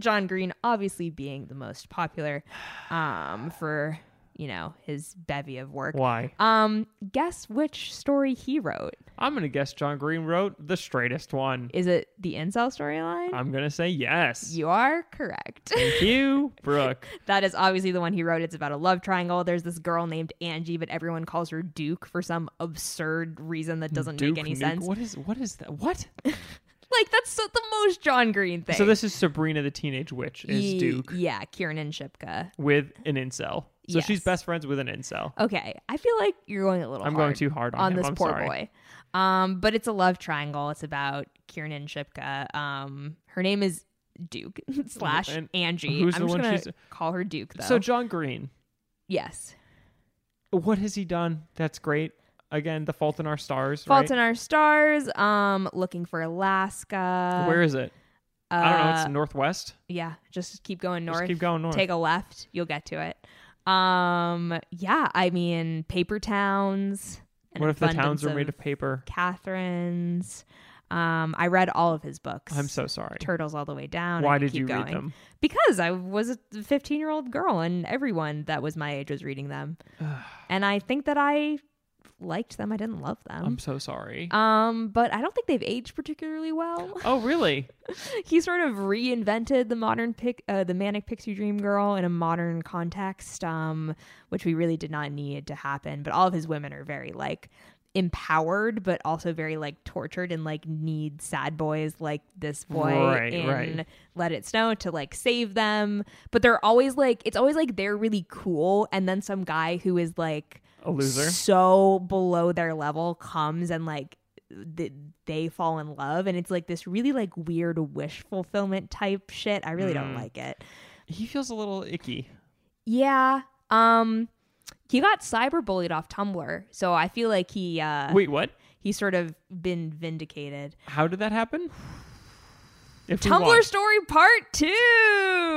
S1: John Green obviously being the most popular um, for you know his bevy of work.
S2: Why?
S1: Um, guess which story he wrote?
S2: I'm gonna guess John Green wrote the straightest one.
S1: Is it the incel storyline?
S2: I'm gonna say yes.
S1: you are correct.
S2: Thank you, Brooke.
S1: That is obviously the one he wrote. It's about a love triangle. There's this girl named Angie, but everyone calls her Duke for some absurd reason that doesn't
S2: Duke
S1: make any
S2: Nuke-
S1: sense.
S2: What is what is that? What?
S1: Like that's so, the most John Green thing.
S2: So this is Sabrina the Teenage Witch is
S1: Ye-
S2: Duke
S1: Yeah, Kieran and Shipka.
S2: with an incel. So she's
S1: Yes.
S2: best friends with an incel.
S1: Okay, I feel like you're going a little.
S2: I'm
S1: hard
S2: going too hard on,
S1: on
S2: him.
S1: this
S2: I'm
S1: poor
S2: sorry.
S1: boy. Um, but it's a love triangle. It's about Kieran and Shipka. Um, her name is Duke slash
S2: and
S1: Angie.
S2: who's
S1: I'm
S2: the
S1: just
S2: one
S1: gonna
S2: she's-
S1: call her Duke though.
S2: So John Green,
S1: yes,
S2: what has he done? That's great. Again, The Fault in Our Stars.
S1: Fault
S2: right?
S1: in Our Stars. Um, looking for Alaska.
S2: Where is it? I don't know.
S1: Uh,
S2: It's northwest.
S1: yeah just keep going north
S2: Just keep going north.
S1: take a left you'll get to it um yeah i mean paper towns an
S2: what if the towns
S1: abundance
S2: are made of paper?
S1: catherine's um i read all of his books
S2: I'm so sorry.
S1: turtles all the way down I
S2: Why
S1: could
S2: did
S1: keep
S2: you read
S1: going.
S2: them?
S1: because i was a 15 year old girl and everyone that was my age was reading them and i think that i liked them. I didn't love them.
S2: I'm so sorry.
S1: Um, but I don't think they've aged particularly well.
S2: oh, really?
S1: he sort of reinvented the modern pic, uh, the manic pixie dream girl in a modern context, um, which we really did not need to happen. But all of his women are very like empowered, but also very like tortured and like need sad boys like this boy
S2: Right,
S1: in
S2: right.
S1: Let It Snow to like save them. But they're always like it's always like they're really cool, and then some guy who is like
S2: A loser?
S1: so below their level comes and like th- they fall in love and it's like this really like weird wish fulfillment type shit i really don't
S2: Mm.
S1: like it
S2: He feels a little icky.
S1: yeah um he got cyberbullied off tumblr so i feel like he uh
S2: Wait, what?
S1: he's sort of been vindicated
S2: How did that happen? If we
S1: tumblr
S2: want.
S1: story part two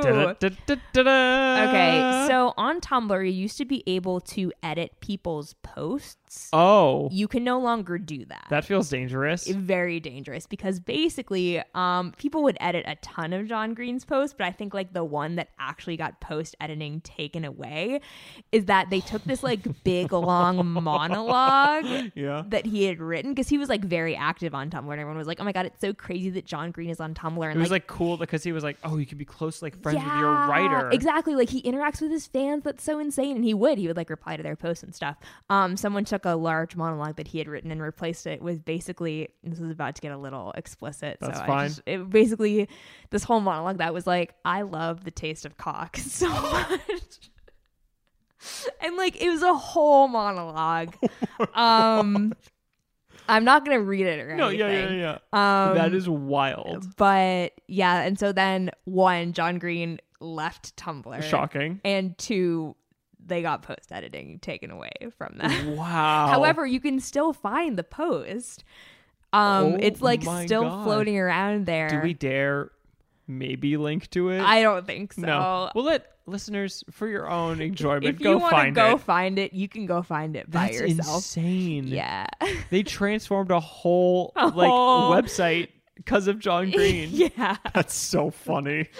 S2: Da-da-da-da-da. Uh.
S1: okay so on tumblr you used to be able to edit people's posts
S2: Oh,
S1: you can no longer do that
S2: that feels dangerous.
S1: very dangerous because basically um, people would edit a ton of John Green's posts, but I think like the one that actually got post editing taken away is that they took this like big long monologue
S2: yeah.
S1: that he had written because he was like very active on Tumblr and everyone was like, oh my god, it's so crazy that John Green is on Tumblr
S2: It
S1: and
S2: was
S1: like.
S2: like cool because he was like, "Oh, you can be close, like friends with your writer."
S1: Exactly. Like he interacts with his fans. That's so insane. And he would. He would like reply to their posts and stuff. Um, someone took a large monologue that he had written and replaced it with basically this is about to get a little explicit.
S2: That's
S1: so I
S2: fine.
S1: just, it basically this whole monologue that was like, I love the taste of cock so much. and like it was a whole monologue.
S2: Oh
S1: um I'm not gonna read it or
S2: No,
S1: anything.
S2: yeah, yeah, yeah.
S1: Um
S2: that is wild.
S1: but yeah, and so then one, John Green left Tumblr.
S2: Shocking.
S1: And two, they got post editing taken away from them.
S2: Wow.
S1: However, you can still find the post. Um,
S2: Oh
S1: it's like
S2: my
S1: still
S2: God.
S1: floating around there.
S2: do we dare maybe link to it?
S1: I don't think so.
S2: no. We'll let listeners for your own enjoyment
S1: if
S2: go
S1: you want to
S2: find
S1: go
S2: it.
S1: find it, you can go find it by
S2: That's
S1: yourself.
S2: insane.
S1: Yeah.
S2: They transformed a whole
S1: A
S2: like
S1: whole-
S2: website because of John Green.
S1: yeah.
S2: That's so funny.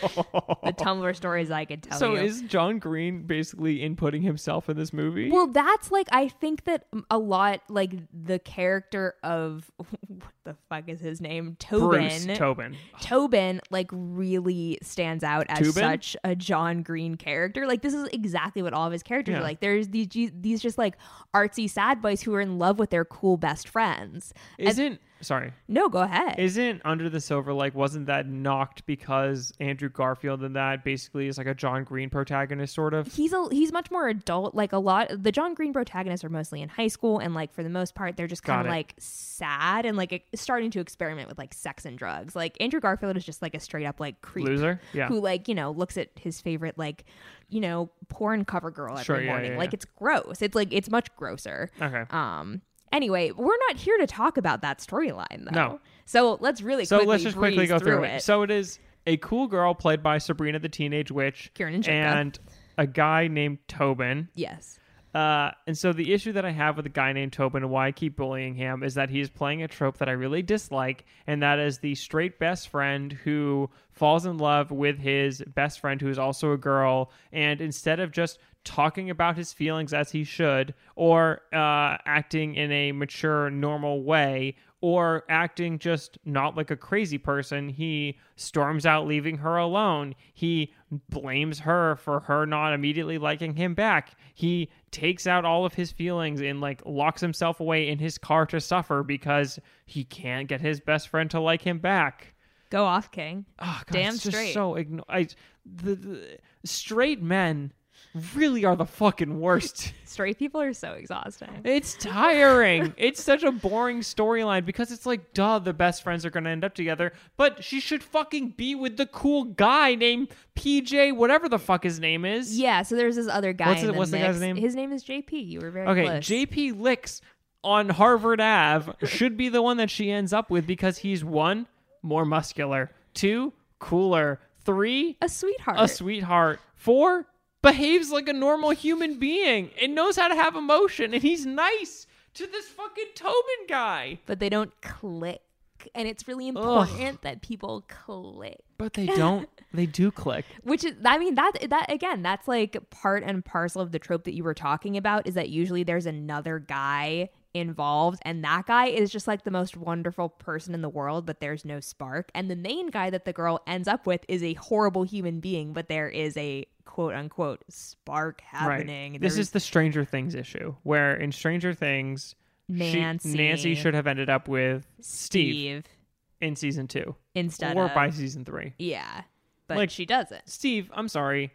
S1: The Tumblr stories I could tell
S2: so
S1: you.
S2: is John Green basically inputting himself in this movie?
S1: Well, that's like I think that um, a lot like the character of what the fuck is his name
S2: Bruce
S1: Tobin.
S2: Tobin.
S1: Tobin like really stands out as
S2: Tubin?
S1: such a John Green character. Like this is exactly what all of his characters
S2: Yeah.
S1: are like. There's these ge- these just like artsy sad boys who are in love with their cool best friends. And-
S2: Isn't sorry.
S1: no, go ahead.
S2: Isn't Under the Silver Lake wasn't that knocked because Andrew Garfield in that basically is like a John Green protagonist sort of?
S1: he's a he's much more adult like a lot the john green protagonists are mostly in high school and like for the most part they're just kind of
S2: Got it.
S1: like sad and like e- starting to experiment with like sex and drugs like andrew garfield is just like a straight up like creep
S2: Loser? Yeah.
S1: who like you know looks at his favorite like you know porn cover girl every
S2: Sure, yeah,
S1: morning
S2: yeah,
S1: like
S2: yeah. Uh.
S1: it's gross it's like it's much grosser
S2: Okay.
S1: um anyway we're not here to talk about that storyline though
S2: No.
S1: so let's really
S2: So
S1: quickly
S2: let's just quickly
S1: breeze
S2: go through, it.
S1: it
S2: So it is a cool girl played by Sabrina the Teenage Witch
S1: Kieran Shipka.
S2: and a guy named Tobin.
S1: yes
S2: Uh, and so the issue that I have with a guy named Tobin and why I keep bullying him is that he is playing a trope that I really dislike, and that is the straight best friend who falls in love with his best friend who is also a girl, and instead of just talking about his feelings as he should, or uh, acting in a mature, normal way, or acting just not like a crazy person. He storms out, leaving her alone. He blames her for her not immediately liking him back. He takes out all of his feelings and like locks himself away in his car to suffer because he can't get his best friend to like him back.
S1: go off king
S2: Oh, God,
S1: Damn
S2: it's just
S1: straight.
S2: so igno- I, the, the straight men really are the fucking worst.
S1: straight people are so exhausting
S2: It's tiring. it's such a boring storyline because it's like, duh, the best friends are going to end up together, but she should fucking be with the cool guy named PJ, whatever the fuck his name is.
S1: Yeah, so there's this other guy.
S2: What's
S1: in
S2: the-
S1: the
S2: what's the guy's
S1: mix.
S2: name?
S1: His name is JP. You were very
S2: okay,
S1: close.
S2: JP Licks on Harvard Ave should be the one that she ends up with because he's one, more muscular, two, cooler, three,
S1: a sweetheart.
S2: a sweetheart, four, behaves like a normal human being and knows how to have emotion, and he's nice to this fucking Tobin guy.
S1: but they don't click. and it's really important that people click.
S2: But they don't. they do click.
S1: Which is, I mean, that that again, that's like part and parcel of the trope that you were talking about. Is that usually there's another guy involved, and that guy is just like the most wonderful person in the world, but there's no spark. And the main guy that the girl ends up with is a horrible human being, but there is a quote unquote spark happening.
S2: Right. This
S1: There's
S2: is the Stranger Things issue, where in Stranger Things, she-
S1: Nancy,
S2: Nancy should have ended up with Steve,
S1: Steve
S2: in season two
S1: instead
S2: or
S1: of
S2: by season three.
S1: yeah, but
S2: Like-
S1: she doesn't.
S2: Steve, I'm sorry,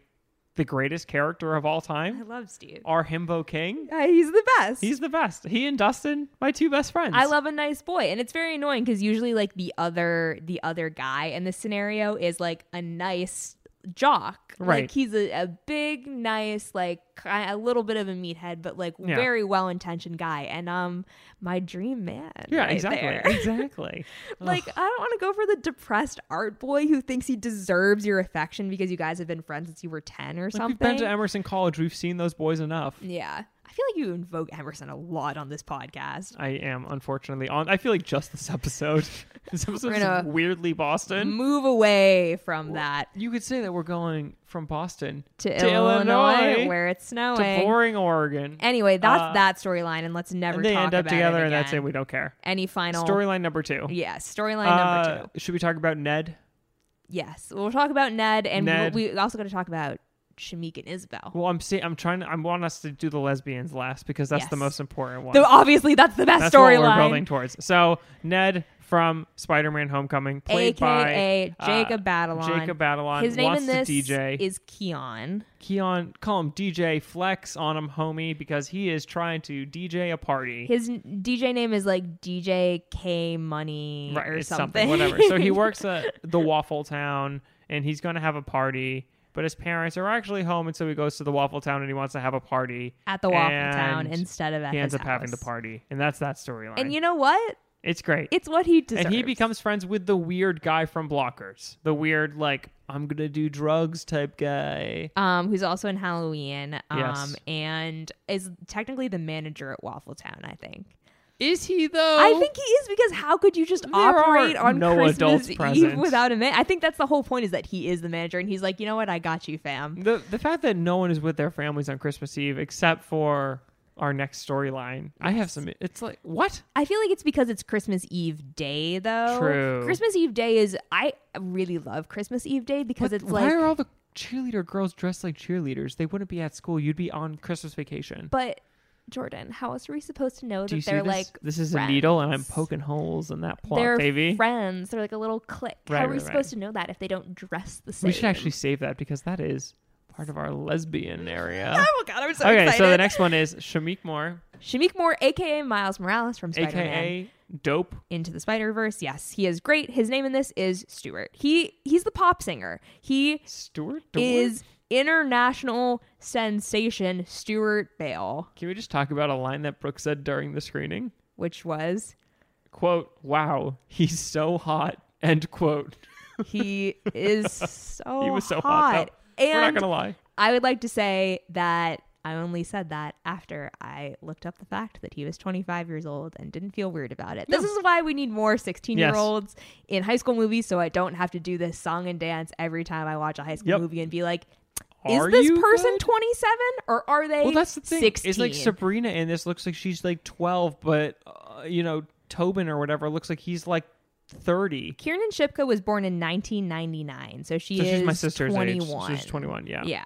S2: the greatest character of all
S1: I
S2: time,
S1: love Steve.
S2: our Himbo King.
S1: Uh, he's the best.
S2: He's the best. He and Dustin, my two best friends.
S1: I love a nice boy, and it's very annoying because usually, like the other the other guy in this scenario is like a nice jock,
S2: Right.
S1: Like he's a, a big, nice, like ki- a little bit of a meathead, but like
S2: Yeah.
S1: very well intentioned guy, and um, my dream man.
S2: Yeah,
S1: right
S2: exactly,
S1: there.
S2: exactly.
S1: like I don't want to go for the depressed art boy who thinks he deserves your affection because you guys have been friends since you were ten or
S2: Like,
S1: something.
S2: We've been to Emerson College. We've seen those boys enough.
S1: yeah, I feel like you invoke Emerson a lot on this podcast.
S2: I am unfortunately on. I feel like just this episode. this episode is
S1: gonna-
S2: weirdly Boston.
S1: Move away from that.
S2: You could say that we're going from Boston
S1: to, Illinois, where it's
S2: to
S1: snowing.
S2: boring Oregon.
S1: Anyway, that's
S2: Uh,
S1: that storyline, and let's never
S2: And they
S1: talk
S2: end up
S1: about
S2: together,
S1: it
S2: and that's it.
S1: again.
S2: We don't care.
S1: Any final
S2: Storyline number two.
S1: Yes, storyline number
S2: Uh,
S1: two.
S2: Should we talk about Ned?
S1: Yes, we'll talk about Ned, and we'll-
S2: Ned.
S1: we also got to talk about Shamik and Isabel.
S2: Well, I'm see, I'm trying. To, I want us to do the lesbians last because that's the
S1: Yes.
S2: most important one.
S1: Though obviously that's the best
S2: that's what we're building
S1: storyline,
S2: towards. So Ned from Spider-Man: Homecoming, played
S1: aka
S2: by
S1: Jacob
S2: uh,
S1: Batalon.
S2: Jacob Batalon.
S1: His name
S2: wants
S1: in this
S2: to DJ.
S1: is Keon.
S2: Keon, call him DJ. Flex on him, homie, because he is trying to DJ a party.
S1: His n- DJ name is like DJ K Money
S2: right,
S1: or
S2: it's
S1: something.
S2: whatever. So he works at the Waffle Town, and he's going to have a party. But his parents are actually home, and so he goes to the Waffle Town, and he wants to have a party.
S1: at the Waffle
S2: And
S1: Town instead of at
S2: He ends
S1: his
S2: up having the
S1: house.
S2: party, and that's that storyline.
S1: And you know what?
S2: it's great.
S1: It's what he deserves.
S2: and he becomes friends with the weird guy from Blockers, the weird like I'm gonna do drugs type guy.
S1: um, who's also in Halloween, um,
S2: Yes.
S1: and is technically the manager at Waffle Town. I think.
S2: Is he though?
S1: I think he is because how could you just
S2: Oh. There
S1: operate
S2: are
S1: on
S2: no adults
S1: Christmas Eve
S2: present.
S1: without a man? I think that's the whole point is that he is the manager, and he's like, you know what, I got you, fam.
S2: the the fact that no one is with their families on Christmas Eve except for our next storyline. I have some. It's like what?
S1: I feel like it's because it's Christmas Eve day, though.
S2: True.
S1: Christmas Eve day is I really love Christmas Eve day because
S2: But
S1: it's
S2: why
S1: like,
S2: are all the cheerleader girls dressed like cheerleaders? They wouldn't be at school. You'd be on Christmas vacation.
S1: but Jordan, how else are we supposed to know
S2: Do
S1: that
S2: you see
S1: they're
S2: this?
S1: like
S2: this is a needle, and I'm
S1: friends?
S2: poking holes in that plot,
S1: they're
S2: baby.
S1: friends. They're like a little clique.
S2: Right,
S1: How are we
S2: right,
S1: supposed
S2: right.
S1: to know that if they don't dress the same?
S2: we should actually save that because that is part of our lesbian area.
S1: Oh god, I'm so
S2: okay,
S1: excited.
S2: so the next one is Shamik Moore,
S1: Shamik Moore, aka Miles Morales from Spider-Man
S2: aka Dope.
S1: Into the Spider-Verse. Yes, he is great. His name in this is Stewart. He he's the pop singer. He
S2: Stuart
S1: is international sensation Stuart Bale,
S2: Can we just talk about a line that Brooke said during the screening?
S1: which was
S2: quote wow he's so hot end quote
S1: he is so
S2: he was so hot, though. we're not
S1: And
S2: gonna lie
S1: I would like to say that I only said that after I looked up the fact that he was 25 years old and didn't feel weird about it. This is why we need more 16
S2: Yes.
S1: year olds in high school movies so I don't have to do this song and dance every time I watch a high school
S2: Yep.
S1: movie and be like, is
S2: Are
S1: this
S2: you
S1: person
S2: good?
S1: 27 or are they
S2: well that's the thing
S1: 16?
S2: it's like sabrina in this looks like she's like 12 but uh, you know tobin or whatever looks like he's like 30
S1: Kiernan Shipka was born in 1999, so she
S2: so
S1: is
S2: she's my sister's
S1: 21.
S2: age she's 21 yeah.
S1: Yeah.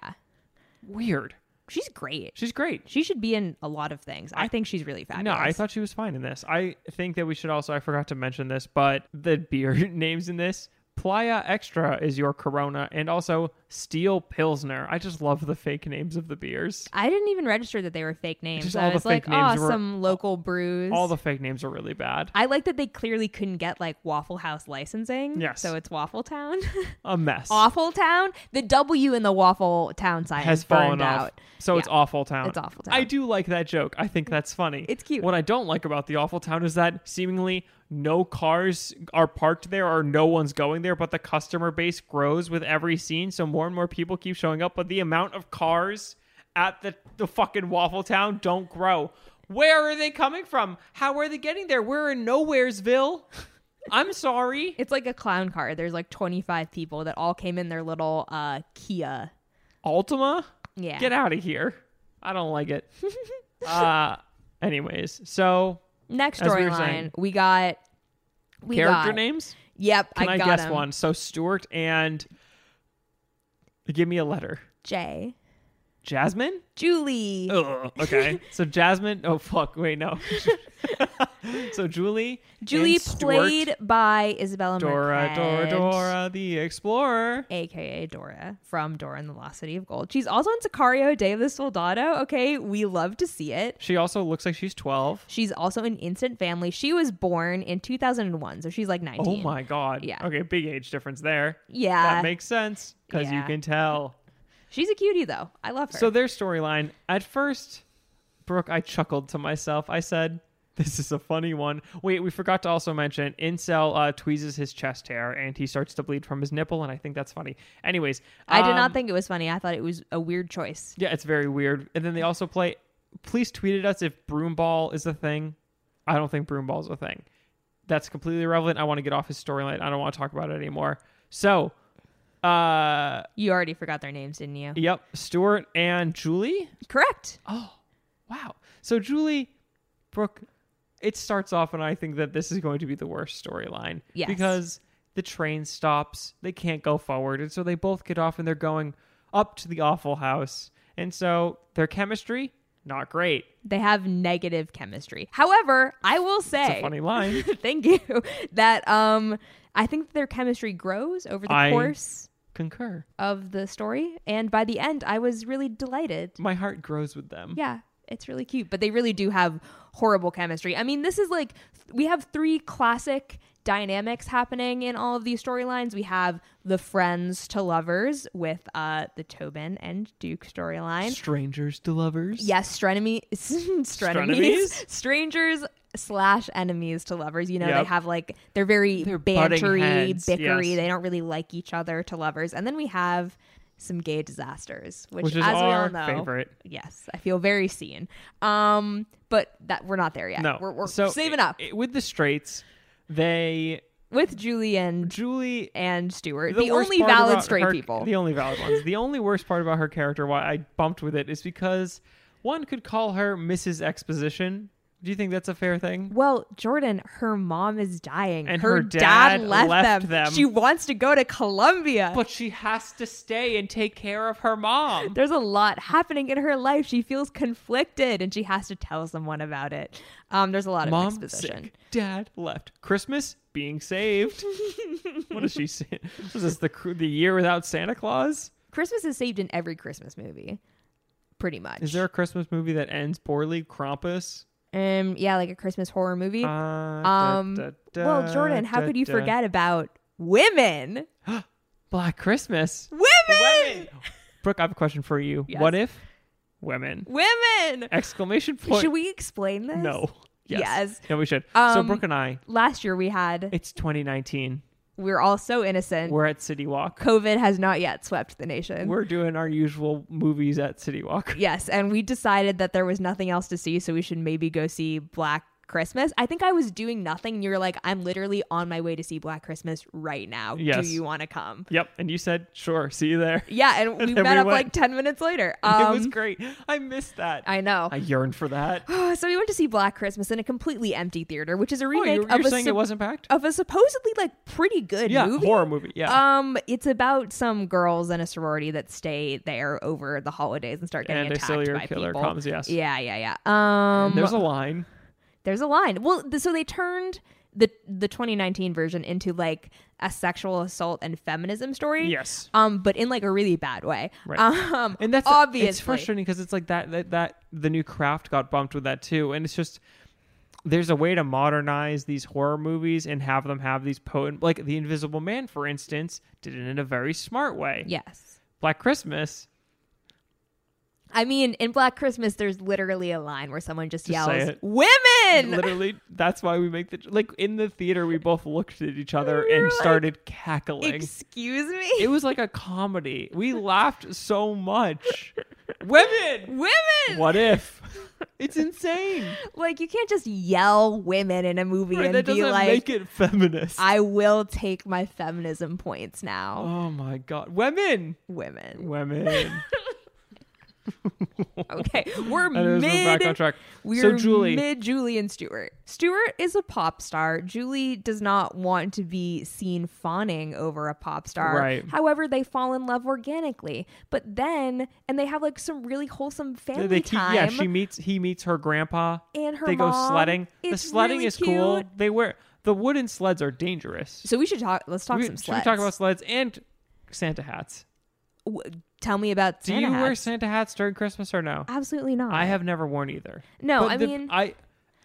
S2: weird
S1: She's great.
S2: she's great
S1: She should be in a lot of things. I, think she's really fabulous.
S2: no, I thought she was fine in this. I think that we should also, I forgot to mention this, but the beer names in this Playa Extra is your Corona, and also Steel Pilsner. I just love the fake names of the beers.
S1: I didn't even register that they were fake names.
S2: Just all
S1: I
S2: the
S1: was like,
S2: fake names
S1: oh,
S2: were-
S1: some local brews.
S2: All the fake names are really bad.
S1: I like that they clearly couldn't get like Waffle House licensing.
S2: Yes.
S1: So it's Waffle Town.
S2: A mess.
S1: Awful Town. The W in the Waffle Town sign
S2: has
S1: burned
S2: fallen off.
S1: out.
S2: So it's
S1: Yeah.
S2: awful town.
S1: It's Awful Town.
S2: I do like that joke. I think that's funny.
S1: It's cute.
S2: What I don't like about the awful town is that seemingly no cars are parked there or no one's going there, but the customer base grows with every scene, so more and more people keep showing up, but the amount of cars at the, the fucking Waffle Town don't grow. Where are they coming from? How are they getting there? We're in Nowheresville. I'm sorry.
S1: It's like a clown car. There's like 25 people that all came in their little uh Kia.
S2: Altima?
S1: Yeah.
S2: Get out of here. I don't like it. uh anyways, so
S1: Next
S2: As we were
S1: storyline,
S2: saying.
S1: we, got we
S2: character
S1: got-
S2: names?
S1: Yep,
S2: Can I,
S1: got
S2: guess
S1: him.
S2: one? So Stuart and give me a letter.
S1: Jay,
S2: Jasmine?
S1: Julie,
S2: Ugh, okay. so Jasmine, oh fuck, wait, no. so Julie,
S1: Julie
S2: and Stuart,
S1: played by Isabella
S2: Dora, Dora,
S1: Marquette,
S2: Dora the Explorer.
S1: aka Dora from Dora and the Lost City of Gold. She's also in Sicario: Day of the Soldado. Okay, we love to see it.
S2: She also looks like she's 12.
S1: She's also in Instant Family. She was born in 2001, so she's like 19.
S2: Oh my god.
S1: Yeah.
S2: Okay, big age difference there.
S1: Yeah,
S2: that makes sense because you
S1: yeah.
S2: can tell.
S1: she's a cutie though. I love her.
S2: So their storyline at first, Brooke, I chuckled to myself. I said, "This is a funny one." Wait, we forgot to also mention Incel uh, tweezes his chest hair and he starts to bleed from his nipple, and I think that's funny. Anyways,
S1: I did
S2: um,
S1: not think it was funny. I thought it was a weird choice.
S2: Yeah, it's very weird. And then they also play. Please tweet at us if broomball is a thing. I don't think broomball is a thing. That's completely irrelevant. I want to get off his storyline. I don't want to talk about it anymore. So, uh,
S1: You already forgot their names, didn't you?
S2: yep, Stuart and Julie.
S1: Correct.
S2: Oh, wow. So, Julie, Brooke, it starts off, and I think that this is going to be the worst storyline.
S1: Yes.
S2: Because the train stops, they can't go forward. And so they both get off and they're going up to the awful house. And so their chemistry, not great.
S1: They have negative chemistry. However, I will
S2: It's
S1: say
S2: a funny line.
S1: thank you that um I think their chemistry grows over the
S2: I-
S1: course
S2: Concur.
S1: of the story and by the end I was really delighted.
S2: My heart grows with them.
S1: Yeah, it's really cute, but they really do have horrible chemistry. I mean, this is like we have three classic dynamics happening in all of these storylines. We have the friends to lovers with uh the Tobin and Duke storyline.
S2: Strangers to lovers.
S1: Yes, strenomy, strenomies,
S2: Strenemies?
S1: strangers slash enemies to lovers. You know,
S2: Yep.
S1: they have like they're very
S2: They're butting
S1: bantery,
S2: heads,
S1: bickery.
S2: yes.
S1: They don't really like each other to lovers. And then we have some gay disasters, which,
S2: Which is
S1: as
S2: our
S1: we all know,
S2: favorite.
S1: Yes, I feel very seen. Um, but that we're not there yet.
S2: No.
S1: we're, we're
S2: so
S1: saving
S2: it-
S1: up
S2: it- with the straights, they.
S1: with Julie and
S2: Julie
S1: and Stuart,
S2: the
S1: the,
S2: worst
S1: only
S2: part
S1: valid
S2: about
S1: straight
S2: her-
S1: people.
S2: The only valid ones. The only worst part about her character, why I bumped with it, is because one could call her Mrs. Exposition. Do you think that's a fair thing?
S1: Well, Jordan, her mom is dying,
S2: And
S1: her,
S2: her
S1: dad,
S2: dad
S1: left,
S2: left
S1: them.
S2: them.
S1: She wants to go to Colombia.
S2: But she has to stay and take care of her mom.
S1: There's a lot happening in her life. She feels conflicted, and she has to tell someone about it. Um, there's a lot of
S2: Mom
S1: exposition.
S2: sick, dad left. Christmas being saved. what is she saying? Is this the cr- the year without Santa Claus?
S1: Christmas is saved in every Christmas movie, pretty much.
S2: Is there a Christmas movie that ends poorly? Krampus.
S1: Um, yeah, like a Christmas horror movie.
S2: Uh,
S1: um, well, Jordan, how could you forget about women?
S2: Black Christmas?
S1: Women,
S2: women. Brooke, I have a question for you.
S1: Yes.
S2: What if women?
S1: women.
S2: Exclamation point.
S1: Should we explain this?
S2: No. Yes.
S1: Yes.
S2: No, we should. so
S1: Um,
S2: Brooke and I,
S1: Last year we had.
S2: it's 2019.
S1: We are all so innocent.
S2: We're at City Walk.
S1: COVID has not yet swept the nation.
S2: We're doing our usual movies at City Walk.
S1: yes, and we decided that there was nothing else to see, so we should maybe go see Black Christmas. I think I was doing nothing. and You were like, I'm literally on my way to see Black Christmas right now.
S2: Yes.
S1: Do you want to come?
S2: Yep. And you said, sure, see you there.
S1: Yeah, and we
S2: then
S1: met
S2: we
S1: up
S2: went.
S1: like 10 minutes later.
S2: it was
S1: Um,
S2: great. I missed that. I,
S1: I know.
S2: yearned for that.
S1: so we went to see Black Christmas in a completely empty theater, which is a
S2: Oh,
S1: remake
S2: you, you're
S1: of, a
S2: saying
S1: sup-
S2: it wasn't packed?
S1: of a supposedly like pretty good
S2: yeah,
S1: movie.
S2: horror movie. Yeah.
S1: Um, it's about some girls in a sorority that stay there over the holidays and start getting
S2: and a
S1: attacked
S2: serial
S1: by
S2: killer
S1: people.
S2: comes, yes.
S1: Yeah, yeah, yeah. Um,
S2: There's a line.
S1: there's a line. Well, th- so they turned the the 2019 version into like a sexual assault and feminism story.
S2: Yes.
S1: Um, but in like a really bad way.
S2: Right.
S1: Um,
S2: and that's
S1: obviously
S2: it's frustrating because it's like that, that that the new craft got bumped with that too and it's just there's a way to modernize these horror movies and have them have these potent like the invisible man for instance did it in a very smart way
S1: Yes.
S2: black christmas
S1: I mean, in Black Christmas, there's literally a line where someone just,
S2: Just say
S1: yells,
S2: it.
S1: "Women!"
S2: literally that's why we make the like in the theater we both looked at each other
S1: We were
S2: and
S1: like,
S2: started cackling
S1: Excuse me.
S2: it was like a comedy we laughed so much women
S1: Women.
S2: what if It's insane.
S1: Like you can't just yell women in a movie
S2: Right,
S1: and
S2: that
S1: be
S2: doesn't
S1: like,
S2: make it feminist.
S1: I will take my feminism points now.
S2: oh my god, women,
S1: Women.
S2: women.
S1: Okay. We're
S2: Anyways, we're back on
S1: mid
S2: track.
S1: we're
S2: so Julie,
S1: mid Julie and Stewart. Stewart is a pop star. Julie does not want to be seen fawning over a pop star.
S2: Right.
S1: However, they fall in love organically. But then and they have like some really wholesome family
S2: they, they keep,
S1: time.
S2: yeah, she meets he meets her grandpa.
S1: and her
S2: they go
S1: mom.
S2: sledding. The
S1: It's
S2: sledding
S1: really
S2: is cool.
S1: cute.
S2: They wear the wooden sleds are dangerous.
S1: So we should talk let's talk
S2: we,
S1: some
S2: should we
S1: sleds.
S2: talk about sleds and Santa hats?
S1: W- tell me about
S2: Do
S1: Santa
S2: you wear
S1: hats.
S2: Santa hats during Christmas or no?
S1: Absolutely not.
S2: I have never worn either.
S1: No,
S2: But
S1: I
S2: the-
S1: mean-
S2: I.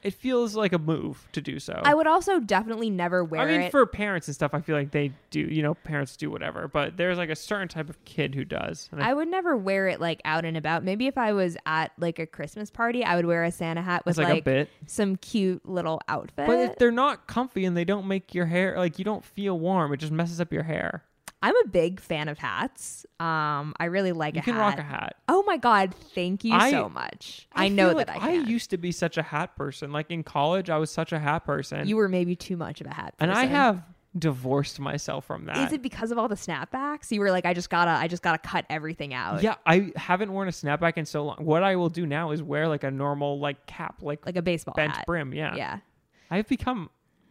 S2: It feels like a move to do so.
S1: I would also definitely never wear
S2: I mean,
S1: it.
S2: for parents and stuff, I feel like they do. You know, parents do whatever, but there's like a certain type of kid who does. And I,
S1: I would never wear it like out and about. Maybe if I was at like a Christmas party, I would wear a Santa hat with
S2: it's like, a
S1: like,
S2: bit,
S1: some cute little outfit.
S2: but if they're not comfy and they don't make your hair like you don't feel warm, it just messes up your hair.
S1: I'm a big fan of hats. Um, I really like
S2: You
S1: a
S2: can
S1: hat.
S2: rock a hat.
S1: oh my god, thank you
S2: I-
S1: so much. I, know
S2: feel
S1: that
S2: like
S1: I can.
S2: used to be such a hat person. Like in college, I was such a hat person,
S1: you were maybe too much of a hat.
S2: and I
S1: person.
S2: have divorced myself from that.
S1: Is it because of all the snapbacks? You were like, I just gotta, I just gotta cut everything out.
S2: yeah, I haven't worn a snapback in so long. What I will do now is wear like a normal like cap, like,
S1: like a baseball
S2: bent
S1: Oh, hat.
S2: brim. Yeah.
S1: Yeah,
S2: I've become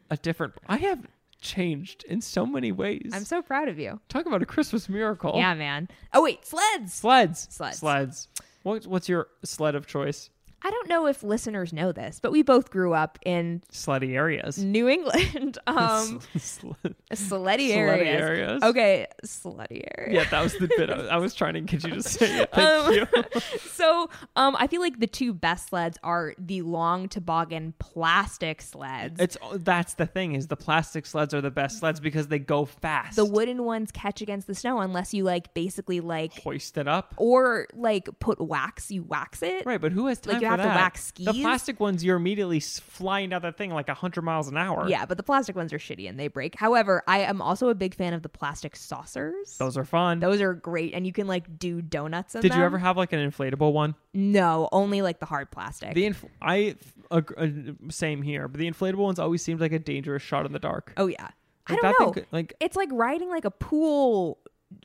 S2: a different. I have changed in so many ways.
S1: I'm so proud of you.
S2: Talk about a Christmas miracle.
S1: Yeah, man. Oh wait, sleds.
S2: Sleds.
S1: Sleds.
S2: Sleds. What, what's your sled of choice?
S1: I don't know if listeners know this, but we both grew up in
S2: Sleddy areas.
S1: New England, um,
S2: Sled-
S1: slutty,
S2: slutty
S1: areas.
S2: areas.
S1: Okay, slutty areas.
S2: yeah, that was the bit I was, I was trying to get you to say. It.
S1: Um,
S2: Thank you.
S1: So, um, I feel like the two best sleds are the long toboggan plastic sleds.
S2: It's that's the thing is the plastic sleds are the best sleds because they go fast.
S1: the wooden ones catch against the snow unless you like basically like
S2: hoist it up.
S1: or like put wax. You wax it.
S2: Right, but who has time
S1: Like, you
S2: for
S1: have to
S2: that?
S1: wax
S2: The
S1: skis?
S2: plastic ones, you're immediately s- flying down that thing like hundred miles an hour.
S1: Yeah, but the plastic ones are shitty and they break. However, I am also a big fan of the plastic saucers.
S2: those are fun.
S1: Those are great, and you can like do donuts. In
S2: Did you
S1: them.
S2: ever have like an inflatable one?
S1: No, only like the hard plastic.
S2: The infl- I ag- uh, same here, but the inflatable ones always seemed like a dangerous shot in the dark.
S1: oh yeah, I don't
S2: Like, that thing
S1: know.
S2: could- like
S1: it's like riding like a pool,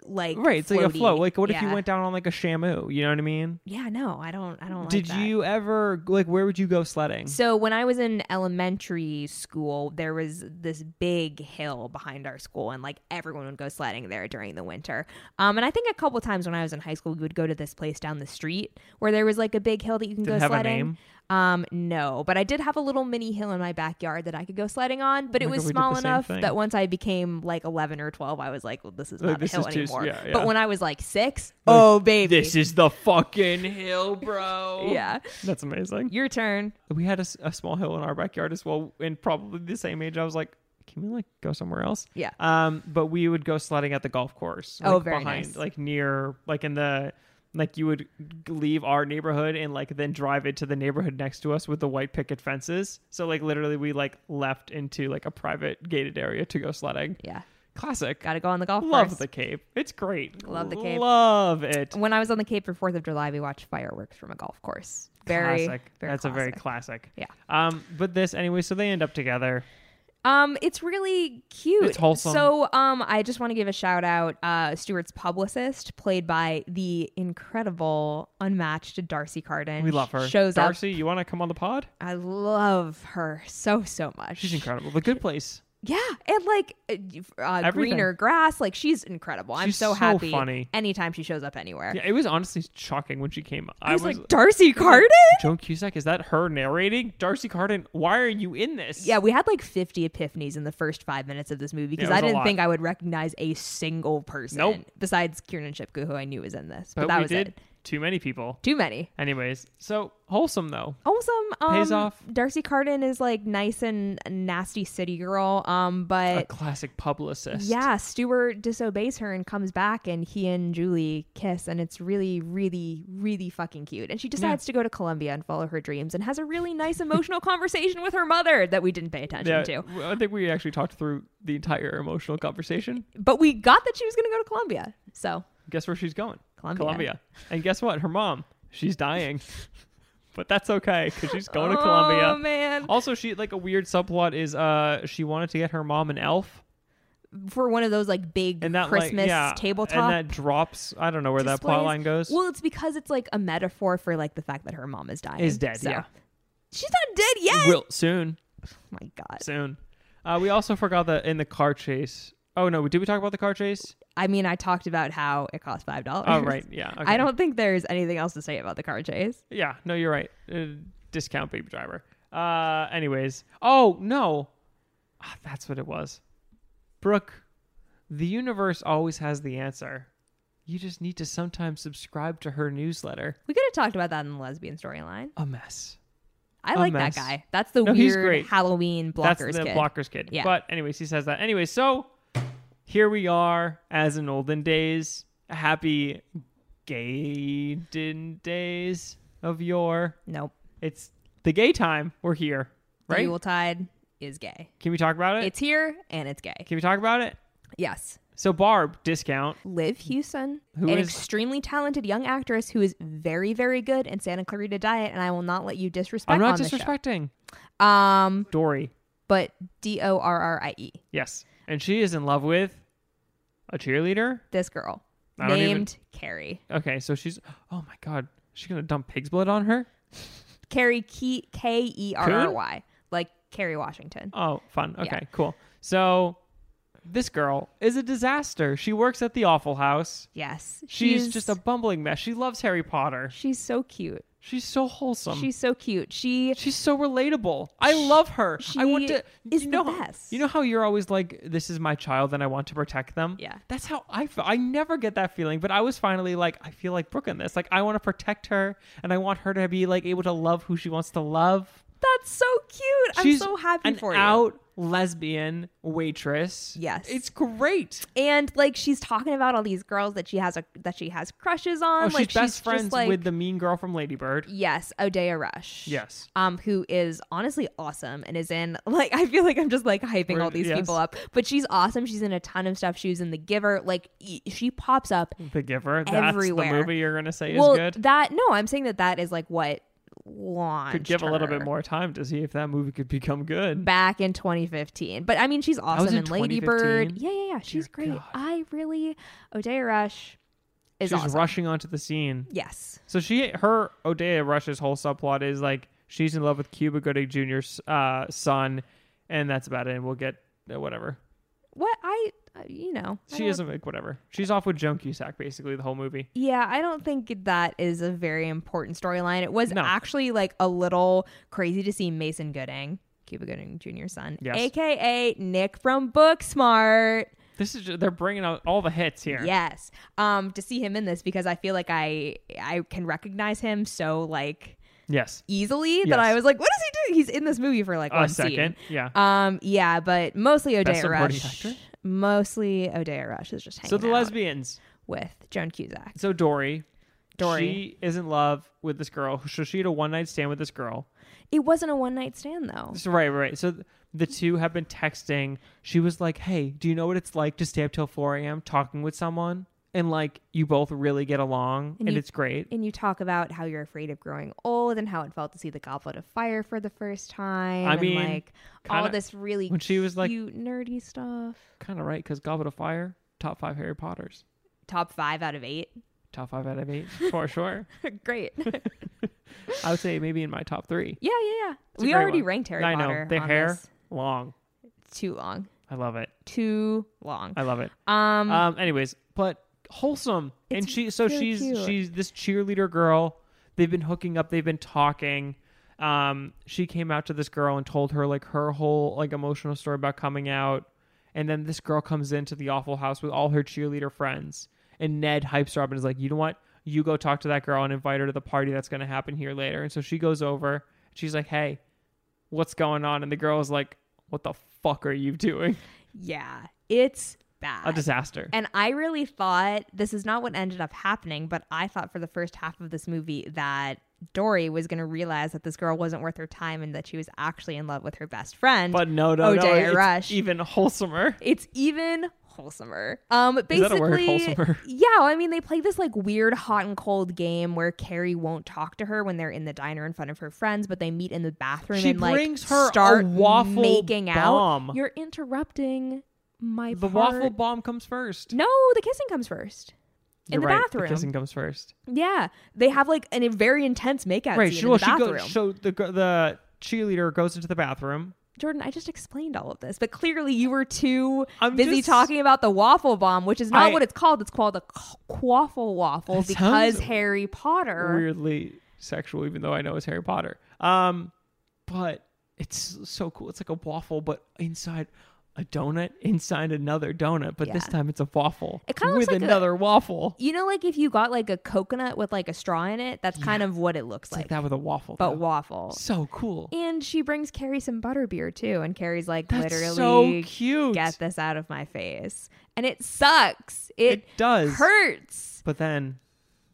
S1: like
S2: right, it's like a
S1: floaty.
S2: float. Like what if you
S1: Yeah.
S2: went down on like a shamu? You know what I mean?
S1: Yeah, no, I don't. I don't.
S2: Did
S1: like that.
S2: you ever like where would you go sledding?
S1: So when I was in elementary school, there was this big hill behind our school, and like everyone would go sledding there during the winter. Um, and I think a couple times when I was in high school, we would go to this place down the street where there was like a big hill that you can
S2: Did it
S1: go
S2: have a
S1: sledding.
S2: name?
S1: Um, no, but I did have a little mini hill in my backyard that I could go sledding on. But it
S2: my
S1: was
S2: God, we did the
S1: small
S2: same
S1: enough
S2: thing.
S1: that once I became like eleven or twelve, I was like, "Well, this is
S2: Like,
S1: not
S2: this
S1: a hill
S2: is too s-
S1: anymore."
S2: yeah, yeah.
S1: But when I was like six, oh baby,
S2: This is the fucking hill, bro.
S1: yeah,
S2: That's amazing.
S1: your turn.
S2: We had a, s- a small hill in our backyard as well, and probably the same age. I was like, can we like go somewhere else?
S1: Yeah.
S2: Um, but we would go sledding at the golf course.
S1: Oh,
S2: like,
S1: very
S2: behind,
S1: nice.
S2: Like near, like in the, like you would g- leave our neighborhood and like then drive it to the neighborhood next to us with the white picket fences. So like literally, we like left into like a private gated area to go sledding.
S1: Yeah,
S2: Classic.
S1: got to go on the golf
S2: Love
S1: course.
S2: the Cape. It's great.
S1: Love the Cape.
S2: Love it.
S1: when I was on the Cape for Fourth of July, we watched fireworks from a golf course. Very,
S2: classic.
S1: very
S2: That's a very
S1: classic.
S2: classic.
S1: Yeah.
S2: Um, but this anyway, so they end up together.
S1: um, it's really cute.
S2: It's wholesome.
S1: So, um, I just want to give a shout out. Uh, Stewart's publicist, played by the incredible, unmatched Darcy Carden.
S2: We love her.
S1: Shows up.
S2: Darcy, you want to come on the pod?
S1: I love her so so much.
S2: She's incredible. The Good Place.
S1: Yeah, and like uh, uh,
S2: Everything.
S1: greener grass. Like she's incredible. I'm
S2: She's
S1: so
S2: so
S1: happy.
S2: funny.
S1: Anytime she shows up anywhere.
S2: Yeah, it was honestly shocking when she came.
S1: I, was
S2: I was
S1: like Darcy Carden.
S2: Joan Cusack. Is that her narrating? Darcy Carden. Why are you in this?
S1: Yeah, we had like 50 epiphanies in the first five minutes of this movie because
S2: it was
S1: I
S2: a
S1: didn't
S2: lot.
S1: think I would recognize a single person
S2: Nope.
S1: besides Kieran Shipka, who I knew was in this. But,
S2: but
S1: that
S2: we
S1: was
S2: did
S1: it.
S2: too many people.
S1: Too many.
S2: Anyways, so wholesome though.
S1: Also, um,
S2: Pays off.
S1: Darcy Carden is like nice and nasty city girl, um,
S2: A
S1: but
S2: classic publicist.
S1: yeah, Stuart disobeys her and comes back, and he and Julie kiss, and it's really, really, really fucking cute. And she decides to go to Columbia and follow her dreams, and has a really nice emotional conversation with her mother that we didn't pay attention
S2: Yeah,
S1: to.
S2: I think we actually talked through the entire emotional conversation.
S1: But we got that she was going to go to Columbia, so
S2: Guess where she's going?
S1: Columbia.
S2: Columbia. And guess what? Her mom, she's dying. but that's okay because she's going to
S1: Oh
S2: Columbia.
S1: man,
S2: Also, she like a weird subplot is uh she wanted to get her mom an elf,
S1: for one of those like big
S2: and that
S1: Christmas
S2: like, yeah,
S1: tabletop.
S2: and that drops. I don't know where that plot
S1: displays.
S2: line goes.
S1: Well, it's because it's like a metaphor for like the fact that her mom is dying.
S2: Is dead,
S1: So-
S2: yeah.
S1: She's not dead yet.
S2: Will soon,
S1: oh my god.
S2: soon. Uh, we also forgot that in the car chase. Oh no, did we talk about the car chase?
S1: I mean, I talked about how it cost five dollars.
S2: Oh right, yeah. Okay.
S1: I don't think there's anything else to say about the car chase.
S2: Yeah, no, you're right. Uh, discount baby driver. Uh, anyways, oh no, Ah, that's what it was. Brooke, the universe always has the answer. You just need to sometimes subscribe to her newsletter.
S1: We could have talked about that in the lesbian storyline.
S2: A mess.
S1: I
S2: A
S1: like
S2: mess.
S1: that guy. That's the
S2: No,
S1: weird
S2: he's great.
S1: Halloween blockers
S2: that's the
S1: kid.
S2: blockers kid.
S1: Yeah.
S2: But anyways, he says that. Anyway, so here we are, as in olden days, happy gayden days of yore.
S1: nope.
S2: It's the gay time. We're here,
S1: The
S2: right?
S1: Yuletide is gay.
S2: Can we talk about it?
S1: It's here and it's gay.
S2: Can we talk about it?
S1: Yes.
S2: So Barb discount.
S1: Liv Hewson,
S2: Who
S1: an
S2: is-
S1: extremely talented young actress who is very, very good in Santa Clarita Diet, and I will not let you disrespect.
S2: I'm not
S1: on this show.
S2: disrespecting
S1: Um,
S2: Dory.
S1: but D O R R I E,
S2: Yes, and she is in love with a cheerleader.
S1: this girl
S2: I don't even-
S1: named Carrie,
S2: Okay, so she's. Oh my god, she's gonna dump pig's blood on her.
S1: Carrie Ke- K E R R Y, like Carrie Washington.
S2: Oh, fun. Okay, cool. So this girl is a disaster. She works at the Awful House.
S1: Yes,
S2: She's, just a bumbling mess. She loves Harry Potter.
S1: She's so cute.
S2: She's so wholesome.
S1: She's so cute. She
S2: She's so relatable. I love her. I want
S1: she
S2: to.
S1: is
S2: you
S1: the
S2: know,
S1: best.
S2: You know how you're always like, "This is my child, and I want to protect them."
S1: Yeah.
S2: that's how I feel. I never get that feeling, but I was finally like, I feel like Brooke in this. Like, I want to protect her, and I want her to be like able to love who she wants to love.
S1: that's so cute.
S2: She's
S1: I'm so happy
S2: an
S1: for you.
S2: out lesbian waitress.
S1: Yes.
S2: it's great.
S1: and like she's talking about all these girls that she has a that she has crushes on.
S2: Oh,
S1: like
S2: she's best
S1: just,
S2: friends
S1: like,
S2: with the mean girl from Ladybird.
S1: Yes, Odea Rush.
S2: Yes.
S1: Um, who is honestly awesome and is in like I feel like I'm just like hyping
S2: We're-
S1: all these
S2: yes.
S1: people up, but she's awesome. She's in a ton of stuff. She was in The Giver. Like e- she pops up
S2: The Giver. That's
S1: Everywhere.
S2: the movie you're gonna say
S1: well,
S2: is good.
S1: that no, I'm saying that that is like what launched
S2: Could give a little bit
S1: her
S2: more time to see if that movie could become good.
S1: back in 2015. But I mean, she's
S2: was
S1: awesome
S2: in
S1: in Ladybird.
S2: 2015?
S1: Yeah, yeah, yeah. She's
S2: Dear
S1: great.
S2: God.
S1: I really Odea Rush is
S2: she's
S1: awesome.
S2: rushing onto the scene.
S1: yes,
S2: So she, her Odea Rush's whole subplot is like she's in love with Cuba Gooding Jr.'s uh, son, and that's about it. And we'll get uh, whatever.
S1: what I uh, you know I
S2: She
S1: don't-
S2: isn't like whatever. She's off with Joan Cusack basically the whole movie.
S1: Yeah, I don't think that is a very important storyline. It was
S2: No.
S1: actually like a little crazy to see Mason Gooding, Cuba Gooding Jr.'s son,
S2: Yes.
S1: aka Nick from Booksmart.
S2: This is just, they're bringing out all the hits here.
S1: Yes, um, to see him in this because I feel like I I can recognize him so like
S2: Yes.
S1: easily that
S2: Yes.
S1: I was like, what is he doing? He's in this movie for like
S2: A
S1: one
S2: second. Yeah.
S1: Scene. Um, yeah, but mostly
S2: Best
S1: Odea
S2: supporting
S1: Rush.
S2: actor?
S1: Mostly Odea Rush is just hanging
S2: so the
S1: out
S2: lesbians.
S1: with Joan Cusack.
S2: So Dory.
S1: Dory.
S2: She is in love with this girl. So she had a one night stand with this girl.
S1: It wasn't a one night stand though.
S2: So, right, right, right. So th- the two have been texting. She was like, "Hey, do you know what it's like to stay up till four a.m. talking with someone, and like you both really get along,
S1: And
S2: and,
S1: you-
S2: it's great."
S1: and you talk about how you're afraid of growing old and how it felt to see the goblet of fire for the first time.
S2: I
S1: and,
S2: mean,
S1: like all
S2: kinda-
S1: this really
S2: when she was, like-
S1: cute nerdy stuff.
S2: Kind of right, because Goblet of Fire, top five Harry Potter's,
S1: Top five out of eight.
S2: top five out of eight for sure.
S1: Great. yeah, yeah,
S2: I would say maybe in my top three.
S1: yeah.
S2: a
S1: we
S2: great
S1: already
S2: one.
S1: ranked Harry
S2: I
S1: Potter.
S2: know the
S1: on
S2: hair
S1: this.
S2: long.
S1: Too long.
S2: I love it.
S1: Too long.
S2: I love it.
S1: Um,
S2: Um. Anyways, but wholesome, and
S1: It's
S2: she. So
S1: really
S2: she's
S1: cute.
S2: she's this cheerleader girl. They've been hooking up. They've been talking. Um. She came out to this girl and told her like her whole like emotional story about coming out, and then this girl comes into the awful house with all her cheerleader friends, and Ned hypes her up and is like, you know what? You go talk to that girl and invite her to the party that's going to happen here later. And so she goes over. She's like, hey, what's going on? And the girl is like, what the fuck are you doing?
S1: yeah. It's
S2: A
S1: bad.
S2: disaster.
S1: And I really thought this is not what ended up happening, but I thought for the first half of this movie that Dory was going to realize that this girl wasn't worth her time and that she was actually in love with her best friend.
S2: But no, no, no.
S1: Odea
S2: it's
S1: Oh, Rush.
S2: even wholesomer.
S1: it's even wholesomer. Um, basically,
S2: that a word, wholesomer?
S1: yeah. I mean, they play this like weird hot and cold game where Carrie won't talk to her when they're in the diner in front of her friends, but they meet in the bathroom
S2: She
S1: and like
S2: brings her a
S1: start
S2: waffle
S1: making
S2: bomb.
S1: out. You're interrupting my
S2: The
S1: part.
S2: waffle bomb comes first.
S1: No, the kissing comes first. In
S2: You're
S1: the
S2: right,
S1: bathroom.
S2: The kissing comes first.
S1: Yeah, they have like an, a very intense makeout
S2: right.
S1: scene
S2: She,
S1: in
S2: well,
S1: the
S2: she
S1: bathroom.
S2: goes. So the gr- the cheerleader goes into the bathroom.
S1: Jordan, I just explained all of this, but clearly you were too
S2: I'm
S1: busy
S2: just-
S1: talking about the waffle bomb, which is not
S2: I-
S1: what it's called. It's called a qu- quaffle waffle
S2: That
S1: because
S2: sounds
S1: Harry Potter.
S2: Weirdly sexual, even though I know it's Harry Potter. Um, but it's so cool. It's like a waffle, but inside a donut, inside another donut, but this
S1: Yeah.
S2: time it's a waffle
S1: It kinda looks
S2: with
S1: like a-
S2: another waffle.
S1: You know, like if you got like a coconut with like a straw in it, that's kind of what it looks
S2: It's like
S1: like,
S2: that with a waffle,
S1: but
S2: though.
S1: waffle.
S2: so cool.
S1: And she brings Carrie some butterbeer too, and Carrie's like,
S2: That's so
S1: literally,
S2: cute.
S1: get this out of my face, and it sucks. It,
S2: it does
S1: hurts.
S2: But then,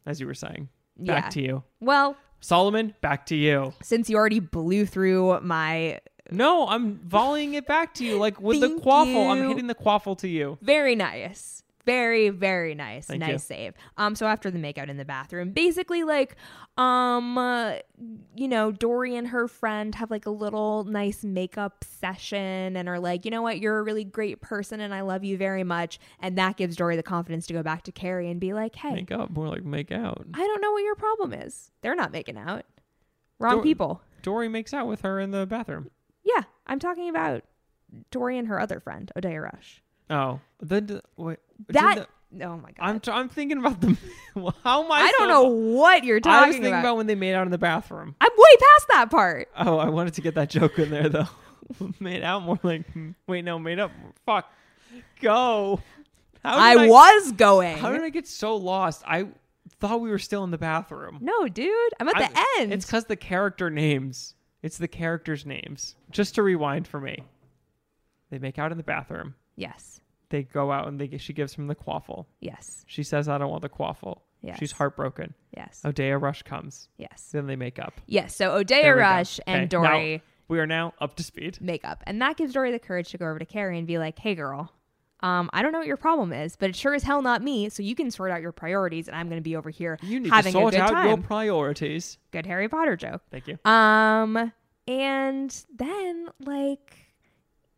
S2: as you were saying, back
S1: Yeah.
S2: to you,
S1: Well,
S2: Solomon. Back to you.
S1: since you already blew through my
S2: No, I'm volleying it back to you, like with the
S1: Thank
S2: quaffle. I'm
S1: you.
S2: hitting the quaffle to you.
S1: Very nice. Very, very nice.
S2: Thank
S1: nice
S2: you.
S1: save. Um, so after the makeout in the bathroom, basically like, um, uh, you know, Dory and her friend have like a little nice makeup session and are like, you know what, you're a really great person and I love you very much. And that gives Dory the confidence to go back to Carrie and be like, hey,
S2: Make up, more like make out.
S1: I don't know what your problem is. They're not making out. Wrong
S2: Dor-
S1: people.
S2: Dory makes out with her in the bathroom.
S1: Yeah, I'm talking about Dory and her other friend, Odea Rush.
S2: Oh, then the, wait, did
S1: That.
S2: the-
S1: oh my god.
S2: I'm tr- I'm thinking about the well, how am I?
S1: I don't
S2: so-
S1: know what you're
S2: I was
S1: talking
S2: thinking about. when they made out in the bathroom.
S1: I'm way past that part.
S2: Oh, I wanted to get that joke in there though. made out more like hmm, wait no made up. Fuck, go. How
S1: I,
S2: did
S1: was going.
S2: How did I get so lost? I thought we were still in the bathroom.
S1: no, dude, I'm at the
S2: I-
S1: end.
S2: It's because the character names. It's the characters' names. Just to rewind for me, they make out in the bathroom.
S1: yes,
S2: They go out and they she gives him the quaffle.
S1: yes,
S2: She says, "I don't want the quaffle."
S1: Yes.
S2: She's heartbroken.
S1: yes,
S2: Odea Rush comes.
S1: yes,
S2: Then they make up.
S1: yes. So
S2: There
S1: Odea
S2: we go.
S1: Rush and
S2: Okay, now
S1: Dory
S2: we are now up to speed.
S1: make up, and that gives Dory the courage to go over to Carrie and be like, "Hey, girl." Um, I don't know what your problem is, but it sure as hell not me. So you can sort out your priorities, and I'm going to be over here
S2: You need
S1: having
S2: to sort
S1: a good
S2: out
S1: time.
S2: your priorities.
S1: good Harry Potter joke.
S2: Thank you.
S1: Um, and then like,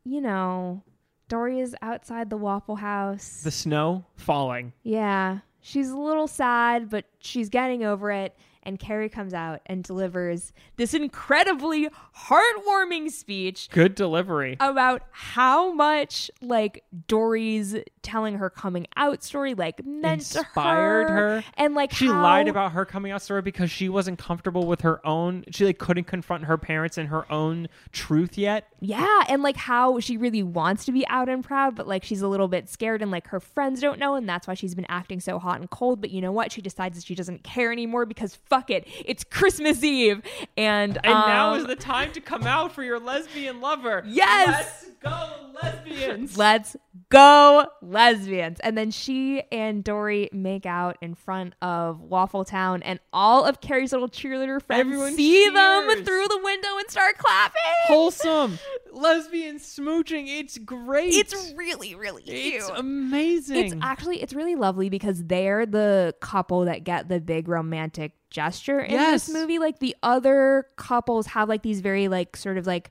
S1: you know, Dory is outside the Waffle House.
S2: The snow falling.
S1: Yeah. She's a little sad, but she's getting over it. And Carrie comes out and delivers this incredibly heartwarming speech
S2: Good delivery.
S1: about how much like Dory's telling her coming out story like meant to
S2: Inspired her.
S1: and like
S2: She
S1: how-
S2: lied about her coming out story because she wasn't comfortable with her own. She like couldn't confront her parents in her own truth yet.
S1: yeah and like how she really wants to be out and proud but like she's a little bit scared and like her friends don't know and that's why she's been acting so hot and cold but you know what she decides that she doesn't care anymore because fuck it it's Christmas Eve and
S2: And now
S1: um,
S2: is the time to come out for your lesbian lover.
S1: Yes!
S2: Let's go, lesbians.
S1: Let's go, lesbians. And then she and Dory make out in front of Waffle Town, and all of Carrie's little cheerleader friends
S2: Everyone
S1: see them
S2: cheers.
S1: through the window and start clapping.
S2: Wholesome lesbian smooching. It's great.
S1: it's really, really cute.
S2: it's amazing.
S1: It's actually it's really lovely because they're the couple that get the big romantic gesture in
S2: Yes.
S1: this movie. Like the other couples have like these very like sort of like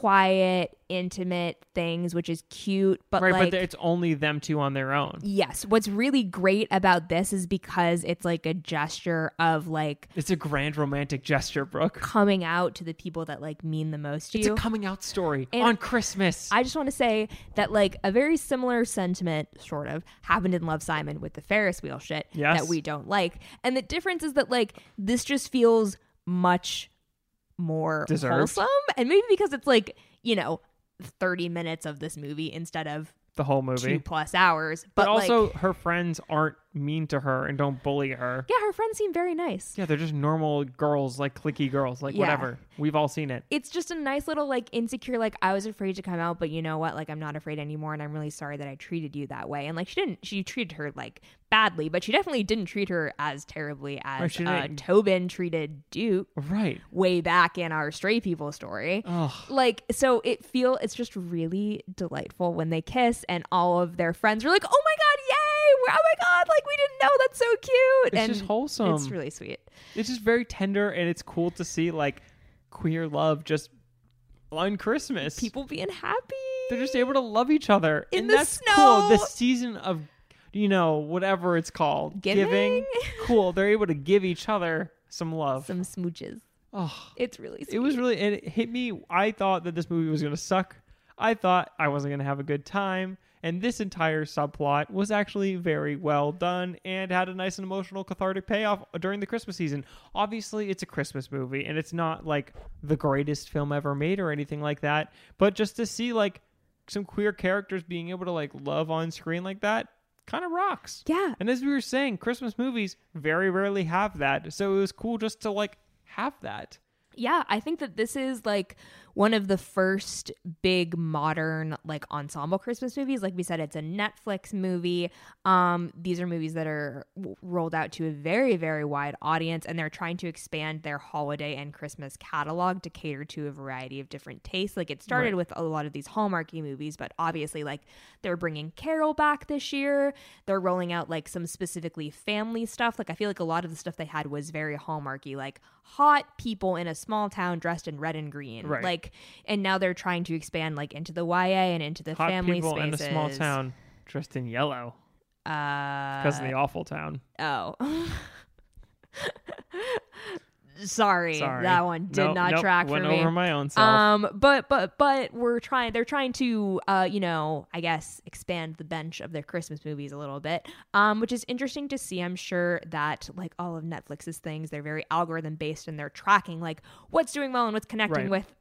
S1: quiet, intimate things, which is cute, but
S2: right,
S1: like
S2: but it's only them two on their own.
S1: Yes. What's really great about this is because it's like a gesture of like
S2: It's a grand romantic gesture, Brooke.
S1: coming out to the people that like mean the most to
S2: It's a
S1: you.
S2: coming out story
S1: And-
S2: on Christmas.
S1: I just want to say that like a very similar sentiment sort of happened in Love Simon with the Ferris wheel shit
S2: Yes.
S1: that we don't like. And the difference is that like this just feels much more
S2: Deserved.
S1: wholesome and maybe because it's like, you know, 30 minutes of this movie instead of
S2: the whole movie.
S1: 2 plus hours,
S2: But,
S1: but, like,
S2: also, her friends aren't mean to her and don't bully her.
S1: Yeah, her friends seem very nice.
S2: Yeah, they're just normal girls, like clicky girls, like
S1: Yeah.
S2: whatever. We've all seen it.
S1: It's just a nice little like insecure like I was afraid to come out, but you know what? Like I'm not afraid anymore and I'm really sorry that I treated you that way. And like she didn't she treated her like badly, but she definitely didn't treat her as terribly as
S2: she
S1: uh,
S2: didn't.
S1: Tobin treated Duke
S2: Right.
S1: way back in our stray people story.
S2: Oh,
S1: like so it feel it's just really delightful when they kiss and all of their friends are like oh my god yay We're- oh my god like we didn't know that's so cute
S2: it's
S1: and
S2: just wholesome.
S1: it's
S2: It's,
S1: really sweet
S2: just very tender, and it's cool to see like queer love just on Christmas.
S1: people being happy
S2: they're just able to love each other
S1: In
S2: and
S1: the
S2: that's
S1: snow.
S2: cool. The season of you know whatever it's called,
S1: Giving?
S2: Cool. They're able to give each other some love.
S1: some smooches
S2: oh,
S1: it's really sweet
S2: it was really and it hit me. I thought that this movie was gonna suck. I thought I wasn't gonna have a good time. And this entire subplot was actually very well done and had a nice and emotional cathartic payoff during the Christmas season. Obviously, it's a Christmas movie and it's not like the greatest film ever made or anything like that. But just to see like some queer characters being able to like love on screen like that kind of rocks.
S1: yeah
S2: And as we were saying, Christmas movies very rarely have that. So it was cool just to like have that.
S1: yeah i think that this is like one of the first big modern like ensemble christmas movies like we said it's a netflix movie um these are movies that are w- rolled out to a very very wide audience and they're trying to expand their holiday and christmas catalog to cater to a variety of different tastes like it started
S2: Right.
S1: with a lot of these hallmarky movies but obviously like they're bringing carol back this year they're rolling out like some specifically family stuff like i feel like a lot of the stuff they had was very hallmarky like hot people in a small town dressed in red and green
S2: Right.
S1: like and now they're trying to expand like into the ya and into the
S2: hot
S1: family
S2: people
S1: spaces.
S2: in a small town dressed in yellow because of
S1: uh
S2: the awful town.
S1: oh sorry,
S2: Sorry,
S1: that one did
S2: Nope,
S1: not
S2: nope,
S1: track
S2: Went
S1: for me
S2: over my own self.
S1: um but but but we're trying they're trying to uh you know i guess expand the bench of their christmas movies a little bit um which is interesting to see i'm sure that like all of netflix's things they're very algorithm based and they're tracking like what's doing well and what's connecting
S2: Right.
S1: with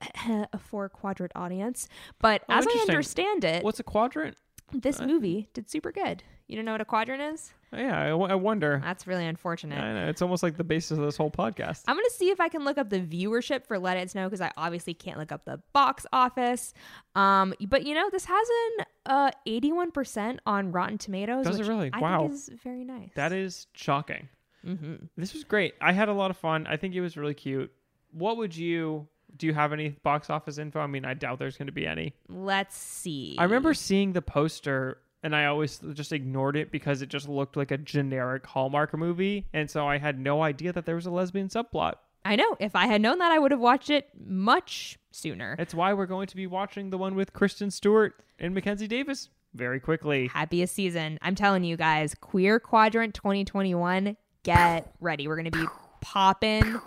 S1: a four quadrant audience but
S2: Oh,
S1: as i
S2: interesting.
S1: understand it
S2: What's a quadrant?
S1: this movie did super good you don't know what a quadrant is
S2: Oh, Yeah, I, w- I wonder.
S1: that's really unfortunate
S2: I know, it's almost like the basis of this whole podcast.
S1: I'm gonna see if I can look up the viewership for Let It Snow because I obviously can't look up the box office. Um, but you know, this has an uh 81% on Rotten Tomatoes.
S2: Does it
S1: which
S2: really?
S1: I
S2: Wow.
S1: think is very nice.
S2: That is shocking.
S1: hmm
S2: This was great. I had a lot of fun. I think it was really cute. What would you? Do you have any box office info? I mean, I doubt there's going to be any.
S1: Let's see.
S2: I remember seeing the poster and I always just ignored it because it just looked like a generic Hallmark movie. And so I had no idea that there was a lesbian subplot.
S1: I know. If I had known that, I would have watched it much sooner.
S2: That's why we're going to be watching the one with Kristen Stewart and Mackenzie Davis very quickly.
S1: Happiest season. I'm telling you guys, Queer Quadrant 2021. Get ready. We're gonna be popping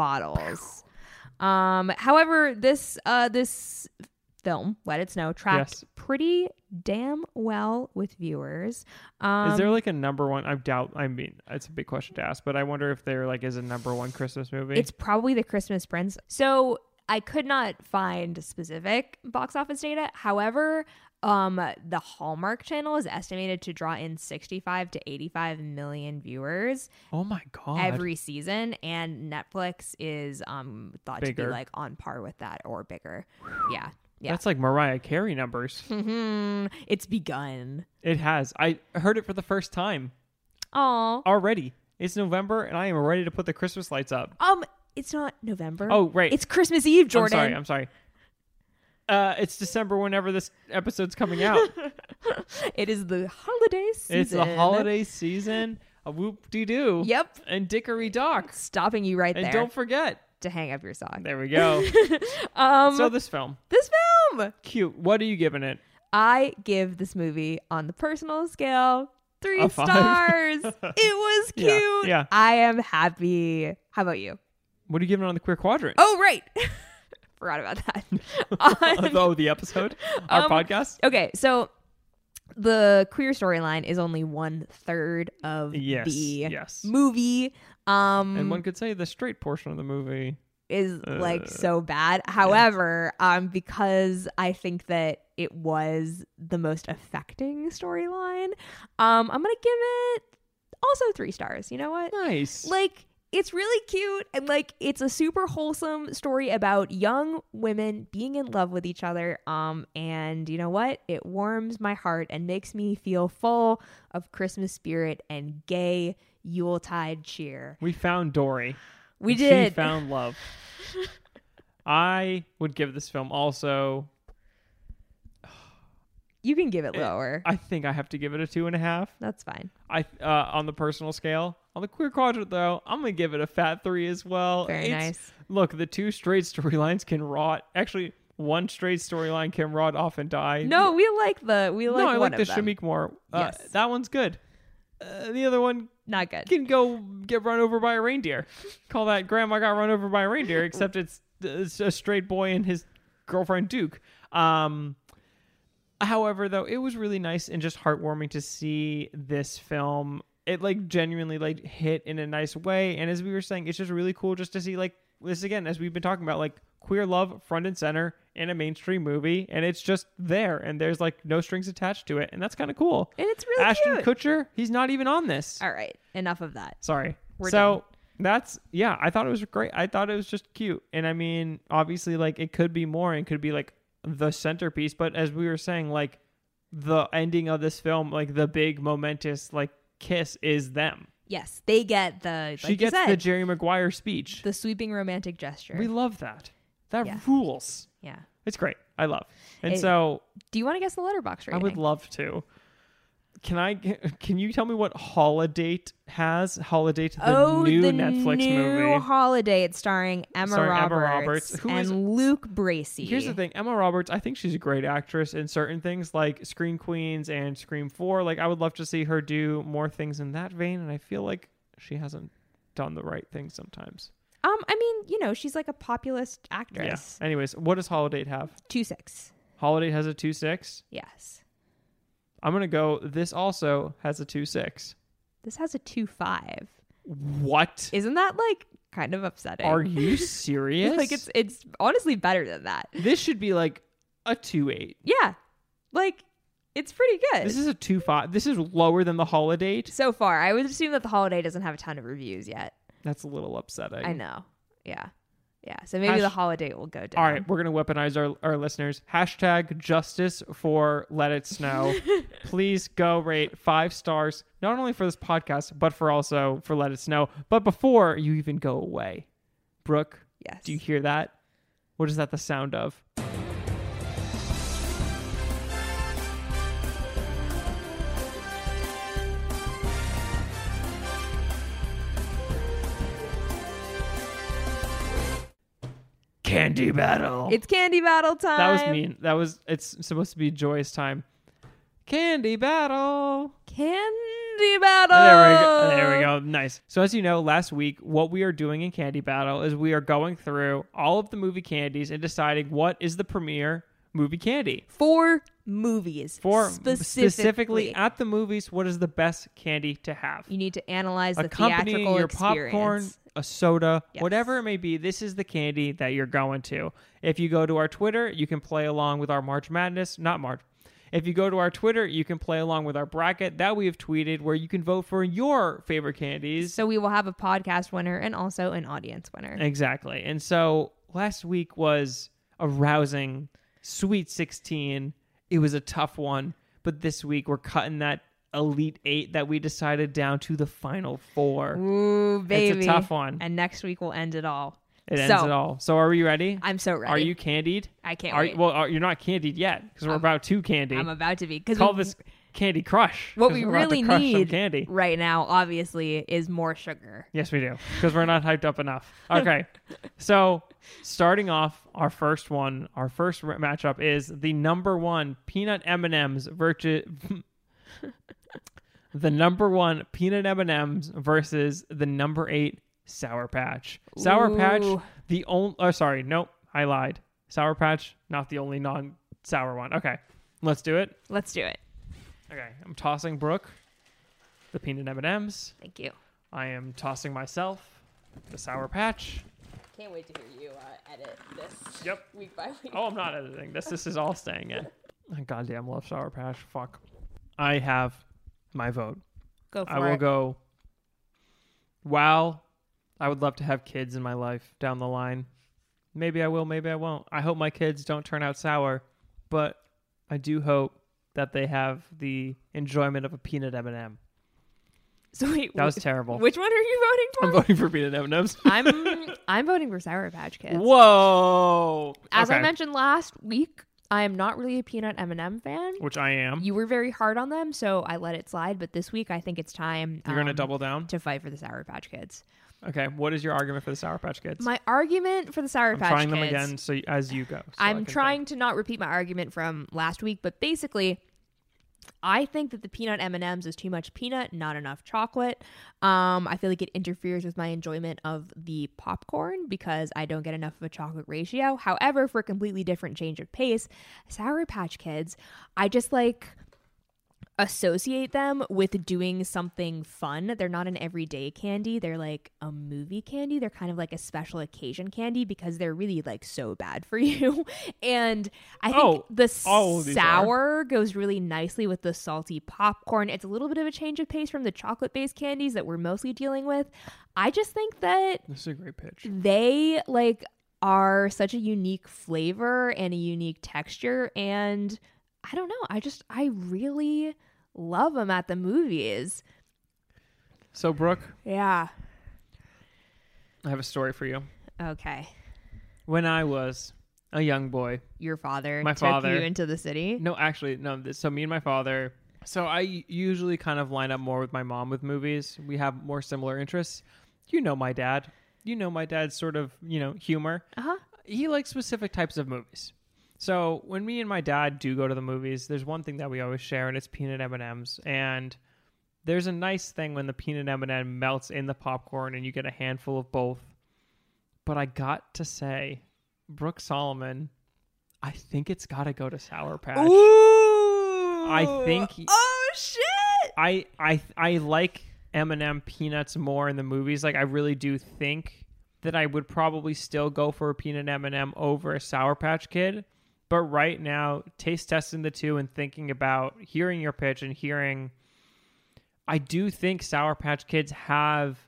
S1: bottles. Um, however, this uh this film, Let It Snow, tracked
S2: Yes.
S1: pretty damn well with viewers. Um
S2: Is there like a number one? I doubt. I mean, it's a big question to ask, but I wonder if there like is a number one Christmas movie.
S1: It's probably the Christmas Prince. So I could not find specific box office data. However, um, the Hallmark Channel is estimated to draw in 65 to 85 million viewers
S2: oh my god!
S1: every season, and Netflix is um thought to
S2: Bigger.
S1: be like on par with that or bigger. Yeah, yeah.
S2: That's like Mariah Carey numbers.
S1: hmm It's begun.
S2: it has. I heard it for the first time
S1: Oh,
S2: already. It's November, and I am ready to put the Christmas lights up.
S1: um, it's not November.
S2: Oh right,
S1: it's Christmas Eve, Jordan.
S2: I'm sorry. I'm sorry. Uh, it's December whenever this episode's coming out.
S1: It is the holiday season.
S2: it's the holiday season. A whoop de doo.
S1: Yep,
S2: And dickory dock.
S1: stopping you right
S2: And
S1: there
S2: don't forget.
S1: to hang up your sock.
S2: There we go.
S1: Um,
S2: so this film,
S1: this film,
S2: cute. What are you giving it?
S1: I give this movie on the personal scale three
S2: A five.
S1: stars. it was
S2: Yeah,
S1: cute.
S2: yeah.
S1: I am happy. How about you?
S2: What are you giving it on the queer quadrant?
S1: Oh, right. Forgot about that. On-
S2: oh, the episode, our
S1: Um,
S2: podcast.
S1: okay, so the queer storyline is only one third of
S2: Yes,
S1: the
S2: yes.
S1: movie. Um,
S2: And one could say the straight portion of the movie.
S1: is
S2: Uh,
S1: like so bad. However, um, because I think that it was the most affecting storyline, um, I'm gonna give it also three stars. You know what?
S2: Nice.
S1: Like it's really cute and like it's a super wholesome story about young women being in love with each other. Um and you know what? It warms my heart and makes me feel full of Christmas spirit and gay Yuletide cheer.
S2: we found Dory.
S1: We
S2: and
S1: did.
S2: She found love. I would give this film also.
S1: you can give it lower.
S2: I think I have to give it a two and a half.
S1: That's fine.
S2: I uh, on the personal scale. On the queer quadrant, though, I'm gonna give it a fat three as well.
S1: Very
S2: It's-
S1: nice.
S2: Look, the two straight storylines can rot. Actually, one straight storyline can rot off and die.
S1: No, we like the we like
S2: no, I
S1: one
S2: like
S1: of
S2: the
S1: them.
S2: Shamik more. Uh,
S1: Yes.
S2: that one's good. Uh, the other one
S1: Not good.
S2: can go get run over by a reindeer. Call that grandma got run over by a reindeer, except it's, it's a straight boy and his girlfriend Duke. Um, however, though, it was really nice and just heartwarming to see this film. It like genuinely like hit in a nice way, and as we were saying, it's just really cool just to see like this again, as we've been talking about, like queer love front and center in a mainstream movie, and it's just there, and there's like no strings attached to it, and that's kind of cool.
S1: And it's really
S2: Ashton
S1: cute.
S2: Kutcher, he's not even on this.
S1: All right. Enough of that.
S2: Sorry.
S1: We're
S2: so
S1: done.
S2: that's yeah, I thought it was great. I thought it was just cute. And I mean, obviously like it could be more and could be like the centerpiece, but as we were saying, like the ending of this film, like the big momentous like kiss is them.
S1: Yes, they get the like
S2: she gets
S1: you said,
S2: the Jerry Maguire speech.
S1: the sweeping romantic gesture.
S2: We love that. That
S1: Yeah.
S2: rules.
S1: yeah.
S2: It's great. I love. And
S1: It-
S2: so
S1: Do you want to guess the letterbox
S2: I
S1: rating?
S2: would love to. Can I? Can you tell me what Holiday has? Holiday, the
S1: oh,
S2: new
S1: the
S2: Netflix
S1: new
S2: movie.
S1: Holiday. It's starring Emma
S2: Starring Emma
S1: Roberts,
S2: Roberts, who
S1: and
S2: is-
S1: Luke Bracey.
S2: Here's the thing, Emma Roberts. I think she's a great actress in certain things, like Scream Queens and Scream Four. Like I would love to see her do more things in that vein, and I feel like she hasn't done the right thing sometimes.
S1: Um, I mean, you know, she's like a populist actress.
S2: Yeah. Anyways, what does Holiday have?
S1: Two six.
S2: Holiday has a two six.
S1: Yes,
S2: I'm gonna go. This also has a two six.
S1: this has a two five.
S2: What?
S1: Isn't that like kind of upsetting?
S2: Are you serious?
S1: like it's it's honestly better than that.
S2: this should be like a two eight.
S1: Yeah, like it's pretty good.
S2: This is a two five. This is lower than the Holiday.
S1: so far, I would assume that the holiday doesn't have a ton of reviews yet.
S2: That's a little upsetting.
S1: I know. Yeah. Yeah. So maybe
S2: Hash-
S1: the holiday will go down.
S2: All right, we're going to weaponize our, our listeners. Hashtag justice for let it snow. Please go rate five stars, not only for this podcast, but for also for let it snow. But before you even go away, Brooke,
S1: Yes.
S2: do you hear that? What is that the sound of? Candy battle.
S1: it's candy battle time.
S2: Oh. That was mean. That was it's supposed to be joyous time. Candy battle.
S1: Candy battle.
S2: There we go. There we go.
S1: Oh.
S2: Nice. So as you know, last week what we are doing in Candy Battle is we are going through all of the movie candies and deciding what is the premier movie candy.
S1: Four movies.
S2: For
S1: specifically.
S2: specifically at the movies, what is the best candy to have?
S1: you need to analyze the
S2: Accompanying
S1: theatrical
S2: your
S1: experience.
S2: popcorn, a soda,
S1: Yes.
S2: whatever it may be, this is the candy that you're going to. If you go to our Twitter, you can play along with our March Madness, not March. If you go to our Twitter, you can play along with our bracket that we have tweeted where you can vote for your favorite candies.
S1: So we will have a podcast winner and also an audience winner.
S2: Exactly. And so last week was a rousing Sweet 16. It was a tough one, but this week we're cutting that Elite 8 that we decided down to the final 4.
S1: Ooh, baby.
S2: It's a tough one.
S1: And next week we'll end it all.
S2: It
S1: so,
S2: ends it all. So are we ready?
S1: I'm so ready.
S2: Are you candied?
S1: I can't
S2: Are,
S1: wait.
S2: well, are, you're not candied yet because we're about to candy.
S1: I'm about to be because
S2: Call this Candy Crush.
S1: what
S2: 'cause
S1: we
S2: we're about to
S1: really
S2: crush some
S1: need
S2: candy.
S1: right now, obviously, is more sugar.
S2: Yes, we do because we're not hyped up enough. Okay, so starting off our first one, our first r- matchup is the number one peanut M and M's versus the number one peanut M and M's versus the number eight Sour Patch. Sour Patch,
S1: Ooh.
S2: the only. Oh, sorry, nope, I lied. Sour Patch, not the only non-sour one. Okay, let's do it.
S1: Let's do it.
S2: Okay, I'm tossing Brooke the peanut M and M's.
S1: Thank you.
S2: I am tossing myself the Sour Patch.
S1: Can't wait to hear you uh, edit this
S2: Yep.
S1: week by week.
S2: Oh, I'm not editing this. This is all staying in. I goddamn love Sour Patch. Fuck. I have my vote.
S1: Go for
S2: I will
S1: it.
S2: go Wow. I would love to have kids in my life down the line. Maybe I will, maybe I won't. I hope my kids don't turn out sour, but I do hope that they have the enjoyment of a peanut M&M.
S1: So wait,
S2: That was
S1: wh-
S2: terrible.
S1: which one are you
S2: I'm
S1: voting for?
S2: voting for peanut M&Ms.
S1: I'm I'm voting for Sour Patch Kids.
S2: Whoa.
S1: As I
S2: Okay.
S1: mentioned last week, I am not really a peanut M&M fan.
S2: which I am.
S1: You were very hard on them, so I let it slide. But this week, I think it's time
S2: You're going to
S1: um,
S2: double down.
S1: to fight for the Sour Patch Kids.
S2: Okay, what is your argument for the Sour Patch Kids?
S1: My argument for the Sour
S2: I'm
S1: Patch
S2: trying
S1: Kids.
S2: them again so y- as you go. so I
S1: I'm
S2: can
S1: trying to not repeat my argument from last week, but basically, I think that the peanut M and M's is too much peanut, not enough chocolate. Um, I feel like it interferes with my enjoyment of the popcorn because I don't get enough of a chocolate ratio. However, for a completely different change of pace, Sour Patch Kids, I just like associate them with doing something fun. They're not an everyday candy. They're like a movie candy. They're kind of like a special occasion candy because they're really like so bad for you. and I think
S2: Oh,
S1: the
S2: all of these are.
S1: sour goes really nicely with the salty popcorn. It's a little bit of a change of pace from the chocolate-based candies that we're mostly dealing with. I just think that
S2: This is a great pitch.
S1: Mm. they like are such a unique flavor and a unique texture and i don't know i just i really love them at the movies
S2: So, Brooke,
S1: yeah
S2: I have a story for you.
S1: okay
S2: When I was a young boy,
S1: your father
S2: My
S1: took
S2: father.
S1: you into the city
S2: no, actually, no. th- So, me and my father. So, I usually kind of line up more with my mom with movies. We have more similar interests. You know my dad. You know my dad's sort of you know humor.
S1: uh-huh
S2: he likes specific types of movies. So when me and my dad do go to the movies, there's one thing that we always share, and it's peanut M and M's. And there's a nice thing when the peanut M and M melts in the popcorn, and you get a handful of both. But I got to say, Brooke Solomon, I think it's got to go to Sour Patch.
S1: Ooh.
S2: I think he-
S1: oh shit
S2: I I I like M&M peanuts more in the movies. Like I really do think that I would probably still go for a peanut M&M over a Sour Patch Kid. But right now, taste testing the two and thinking about hearing your pitch and hearing I do think Sour Patch Kids have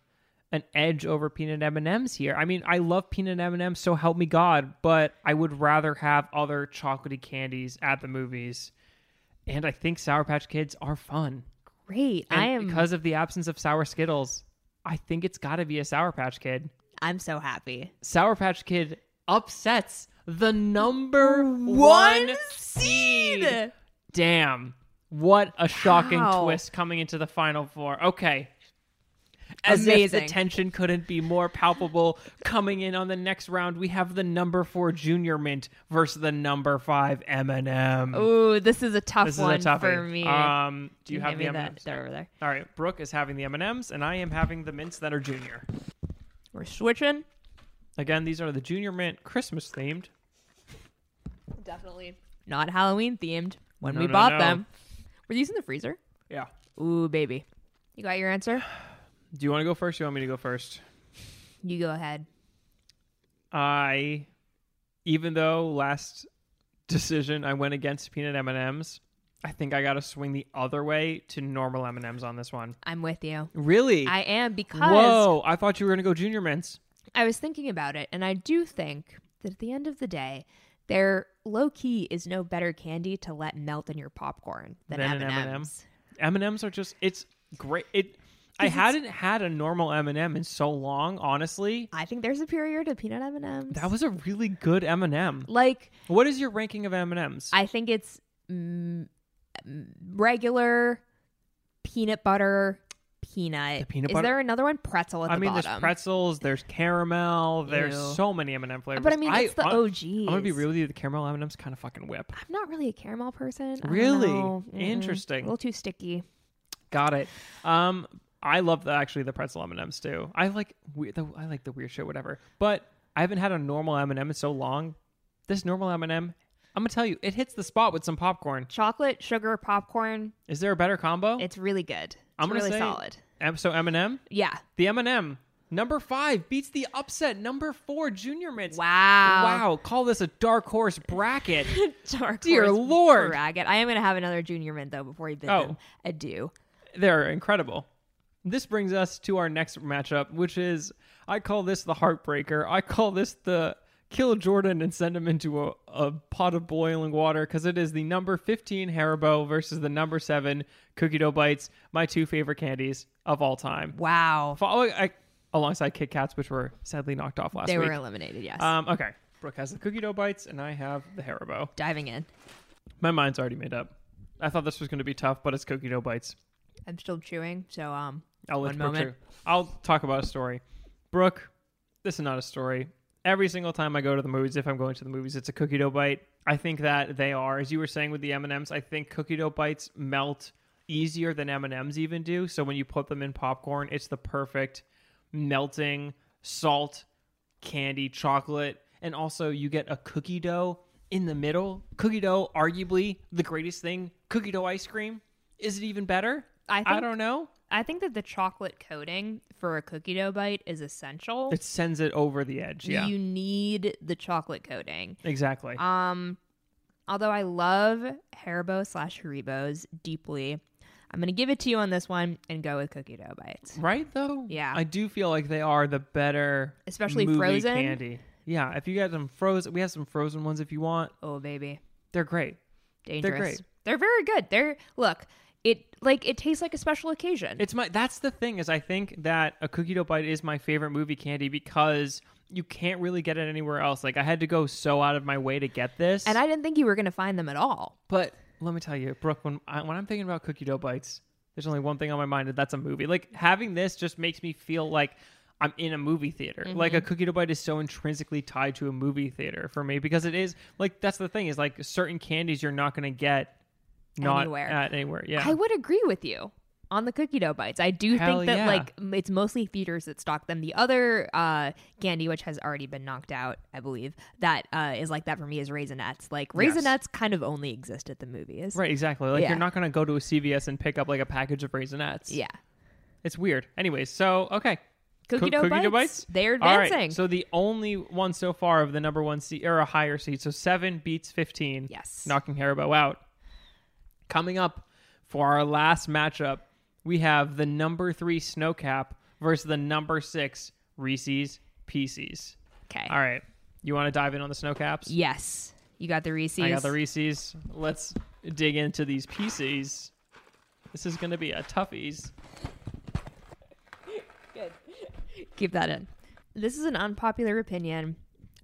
S2: an edge over peanut M&Ms here. I mean, I love peanut M&Ms, so help me God, but I would rather have other chocolatey candies at the movies. And I think Sour Patch Kids are fun.
S1: great
S2: And
S1: i am
S2: because of the absence of sour Skittles. I think it's got to be a Sour Patch Kid.
S1: i'm so happy
S2: Sour Patch Kid upsets the number
S1: One
S2: one, seed. Damn! What a shocking
S1: Wow.
S2: twist coming into the final four. Okay. As if
S1: Amazing.
S2: the tension couldn't be more palpable. Coming in on the next round, we have the number four Junior Mint versus the number five M&M.
S1: Ooh, this is a tough
S2: this is a
S1: one
S2: toughie.
S1: for me
S2: Um, do you,
S1: Can
S2: have the
S1: hand me
S2: M&Ms?
S1: that? they're over there
S2: All right, Brooke is having the M&Ms and I am having the mints that are junior.
S1: we're switching
S2: Again, these are the junior mint Christmas themed.
S1: Definitely not Halloween themed when
S2: No,
S1: we
S2: no,
S1: bought
S2: no.
S1: them. Were these in the freezer?
S2: Yeah.
S1: Ooh, baby. You got your answer?
S2: Do you want to go first? Or you want me to go first?
S1: You go ahead.
S2: I even though last decision I went against peanut M&Ms, I think I got to swing the other way to normal M&Ms on this one.
S1: I'm with you.
S2: Really?
S1: I am because
S2: Whoa, I thought you were going to go junior mints.
S1: I was thinking about it, and I do think that at the end of the day, there low key is no better candy to let melt in your popcorn than
S2: Than an
S1: M&Ms.
S2: M&M? M&Ms are just it's great. It I hadn't had a normal M&M in so long, honestly.
S1: I think they're superior to peanut M&Ms.
S2: That was a really good M&M.
S1: like
S2: What is your ranking of M&Ms?
S1: I think it's mm, mm, regular peanut butter peanut.
S2: The peanut
S1: Is
S2: butter-
S1: there another one? Pretzel at the
S2: I mean,
S1: bottom.
S2: there's pretzels, there's caramel, there's
S1: Ew.
S2: so many M&M flavors.
S1: but I mean, it's the
S2: hon-
S1: OG.
S2: I'm gonna be real with you. The caramel M&Ms kind of fucking whip.
S1: I'm not really a caramel person. I don't
S2: Really?
S1: know. Mm-mm.
S2: Interesting.
S1: A little too sticky.
S2: Got it. Um, I love the actually the pretzel M&Ms too. I like weird. The, I like the weird shit, whatever. But I haven't had a normal M&M in so long. This normal M&M, I'm gonna tell you, it hits the spot with some popcorn.
S1: Chocolate, sugar, popcorn.
S2: Is there a better combo?
S1: It's really good. It's
S2: I'm gonna
S1: really
S2: say-
S1: solid.
S2: M- so M&M,
S1: Yeah.
S2: the M&M number five beats the upset number four Junior Mints.
S1: Wow.
S2: Wow, call this a dark horse bracket.
S1: Dark
S2: Dear
S1: horse
S2: Lord.
S1: bracket. I am gonna have another junior mint though before you bid
S2: Oh.
S1: them adieu.
S2: They're incredible. This brings us to our next matchup, which is I call this the heartbreaker. I call this the kill Jordan and send him into a, a pot of boiling water because it is the number 15 Haribo versus the number 7 Cookie Dough Bites, my two favorite candies of all time.
S1: Wow.
S2: Following, I, alongside Kit Kats, which were sadly knocked off last
S1: They
S2: week.
S1: were eliminated, yes.
S2: um, okay. Brooke has the Cookie Dough Bites, and I have the Haribo.
S1: Diving in.
S2: My mind's already made up. I thought this was going to be tough, but it's Cookie Dough Bites.
S1: I'm still chewing, so um
S2: I'll
S1: One
S2: let Brooke
S1: moment.
S2: share- I'll talk about a story. Brooke, this is not a story. Every single time I go to the movies, if I'm going to the movies, it's a cookie dough bite. I think that they are, as you were saying with the M and M's. I think cookie dough bites melt easier than M and M's even do. So when you put them in popcorn, it's the perfect melting salt, candy, chocolate, and also you get a cookie dough in the middle. Cookie dough, arguably the greatest thing. Cookie dough ice cream. Is it even better?
S1: I
S2: I
S1: think-
S2: don't know.
S1: I think that the chocolate coating for a cookie dough bite is essential.
S2: It sends it over the edge. Yeah.
S1: You need the chocolate coating.
S2: exactly.
S1: Um, although I love Haribo slash Haribos deeply, I'm gonna give it to you on this one and go with cookie dough bites.
S2: right though?
S1: yeah.
S2: I do feel like they are the better
S1: Especially
S2: movie
S1: frozen?
S2: candy. Yeah, if you get them frozen, we have some frozen ones if you want.
S1: Oh baby,
S2: They're great.
S1: dangerous.
S2: great.
S1: They're very good. They're look. It like it tastes like a special occasion.
S2: It's my that's the thing is I think that a cookie dough bite is my favorite movie candy because you can't really get it anywhere else. Like I had to go so out of my way to get this.
S1: and I didn't think you were gonna find them at all.
S2: But let me tell you, Brooke, when I, when I'm thinking about cookie dough bites, there's only one thing on my mind, and that's a movie. Like having this just makes me feel like I'm in a movie theater.
S1: Mm-hmm.
S2: Like a cookie dough bite is so intrinsically tied to a movie theater for me because it is like that's the thing is like certain candies you're not going to get not
S1: Anywhere.
S2: at anywhere. Yeah.
S1: I would agree with you on the cookie dough bites. I do
S2: Hell
S1: think that
S2: yeah.
S1: like m- it's mostly theaters that stock them. The other uh, candy, which has already been knocked out, I believe, that uh, is like that for me is Raisinets. Like
S2: Yes.
S1: Raisinets kind of only exist at the movies.
S2: Right, exactly. Like
S1: Yeah.
S2: you're not gonna go to a CVS and pick up like a package of raisinets.
S1: Yeah.
S2: it's weird. Anyways, so okay,
S1: Cookie,
S2: Coo-
S1: dough, bites, They're
S2: All right,
S1: advancing.
S2: So the only one so far of the number one seed or a higher seed. So seven beats fifteen.
S1: Yes.
S2: Knocking Haribo out. Coming up for our last matchup, we have the number three Snowcap versus the number six Reese's Pieces.
S1: okay.
S2: All right. You want to dive in on the Snowcaps?
S1: Yes. You got the Reese's.
S2: I got the Reese's. Let's dig into these pieces. This is going to be a toughies.
S1: Keep that in. This is an unpopular opinion.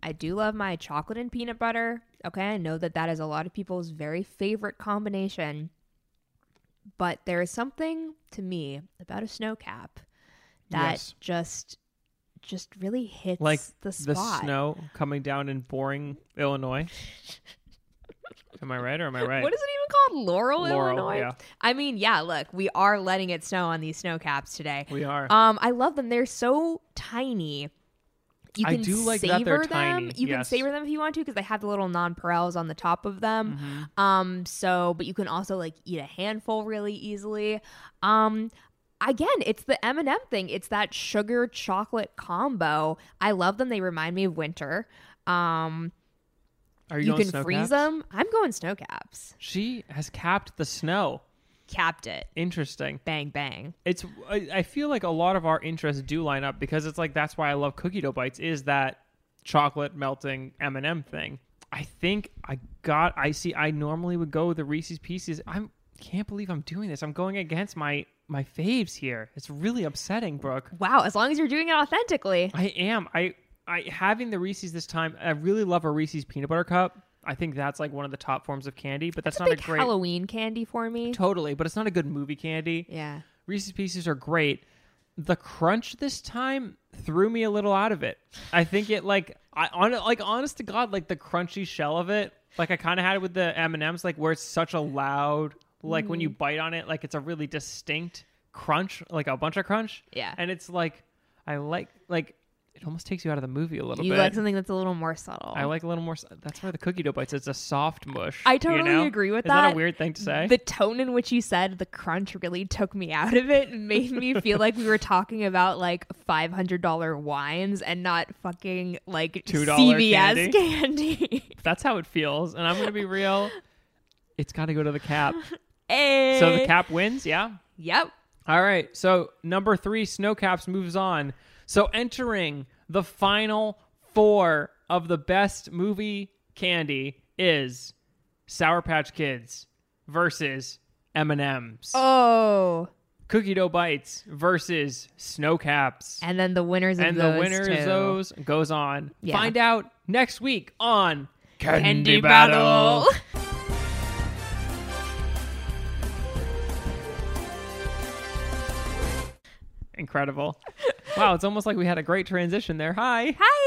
S1: I do love my chocolate and peanut butter. Okay, I know that that is a lot of people's very favorite combination. But there is something to me about a snow cap that
S2: Yes.
S1: just just really hits
S2: like
S1: the spot.
S2: snow coming down in boring Illinois. am I right or am I right?
S1: What is it even called? Laurel,
S2: Laurel,
S1: Illinois?
S2: yeah.
S1: I mean, yeah, look, we are letting it snow on these snow caps today.
S2: we are.
S1: Um, I love them. They're so tiny. You
S2: I
S1: can
S2: do like
S1: savor
S2: that they're
S1: them.
S2: tiny,
S1: You can
S2: yes.
S1: savor them if you want to because they have the little nonpareils on the top of them.
S2: Mm-hmm.
S1: Um, so but you can also like eat a handful really easily. Um, again, it's the M and m thing. It's that sugar chocolate combo. I love them. They remind me of winter. Um,
S2: Are you,
S1: you,
S2: going
S1: can
S2: snow
S1: freeze
S2: caps?
S1: them. I'm going snow caps.
S2: She has capped the snow.
S1: Capped it.
S2: Interesting.
S1: Bang bang.
S2: It's. I, I feel like a lot of our interests do line up because it's like that's why I love cookie dough bites. Is that chocolate melting M and m thing? I think I got. I see. I normally would go with the Reese's Pieces. I'm. Can't believe I'm doing this. I'm going against my my faves here. It's really upsetting, Brooke.
S1: Wow. As long as you're doing it authentically.
S2: I am. I I having the Reese's this time. I really love a Reese's peanut butter cup. I think that's like one of the top forms of candy, but that's,
S1: It's a
S2: not
S1: big
S2: a great
S1: Halloween candy for me.
S2: totally. But it's not a good movie candy.
S1: Yeah.
S2: Reese's Pieces are great. The crunch this time threw me a little out of it. I think it like I on like honest to god like the crunchy shell of it. Like I kind of had it with the M and M's like where it's such a loud like when
S1: Mm.
S2: you bite on it like it's a really distinct crunch like a bunch of crunch.
S1: Yeah.
S2: and it's like I like like it almost takes you out of the movie a little
S1: You
S2: bit.
S1: like something that's a little more subtle.
S2: I like a little more. s- That's where the cookie dough bites. It's a soft mush.
S1: I
S2: you
S1: totally
S2: know?
S1: agree with
S2: Is that.
S1: that.
S2: a weird thing to say?
S1: the tone in which you said the crunch really took me out of it and made me feel like we were talking about like five hundred dollar wines and not fucking like
S2: $2
S1: CVS candy.
S2: That's how it feels. And I'm gonna be real. It's got to go to the cap.
S1: hey.
S2: So the cap wins, yeah.
S1: Eh, Yep.
S2: All right. So number three, Snowcaps moves on. So entering the final four of the best movie candy is Sour Patch Kids versus M and M's,
S1: Oh,
S2: Cookie Dough Bites versus Snowcaps,
S1: and then the winners of
S2: and
S1: those
S2: the winner
S1: two.
S2: of those goes on.
S1: Yeah.
S2: Find out next week on Candy,
S1: Candy
S2: Battle.
S1: battle.
S2: Incredible. wow, it's almost like we had a great transition there. Hi.
S1: Hi.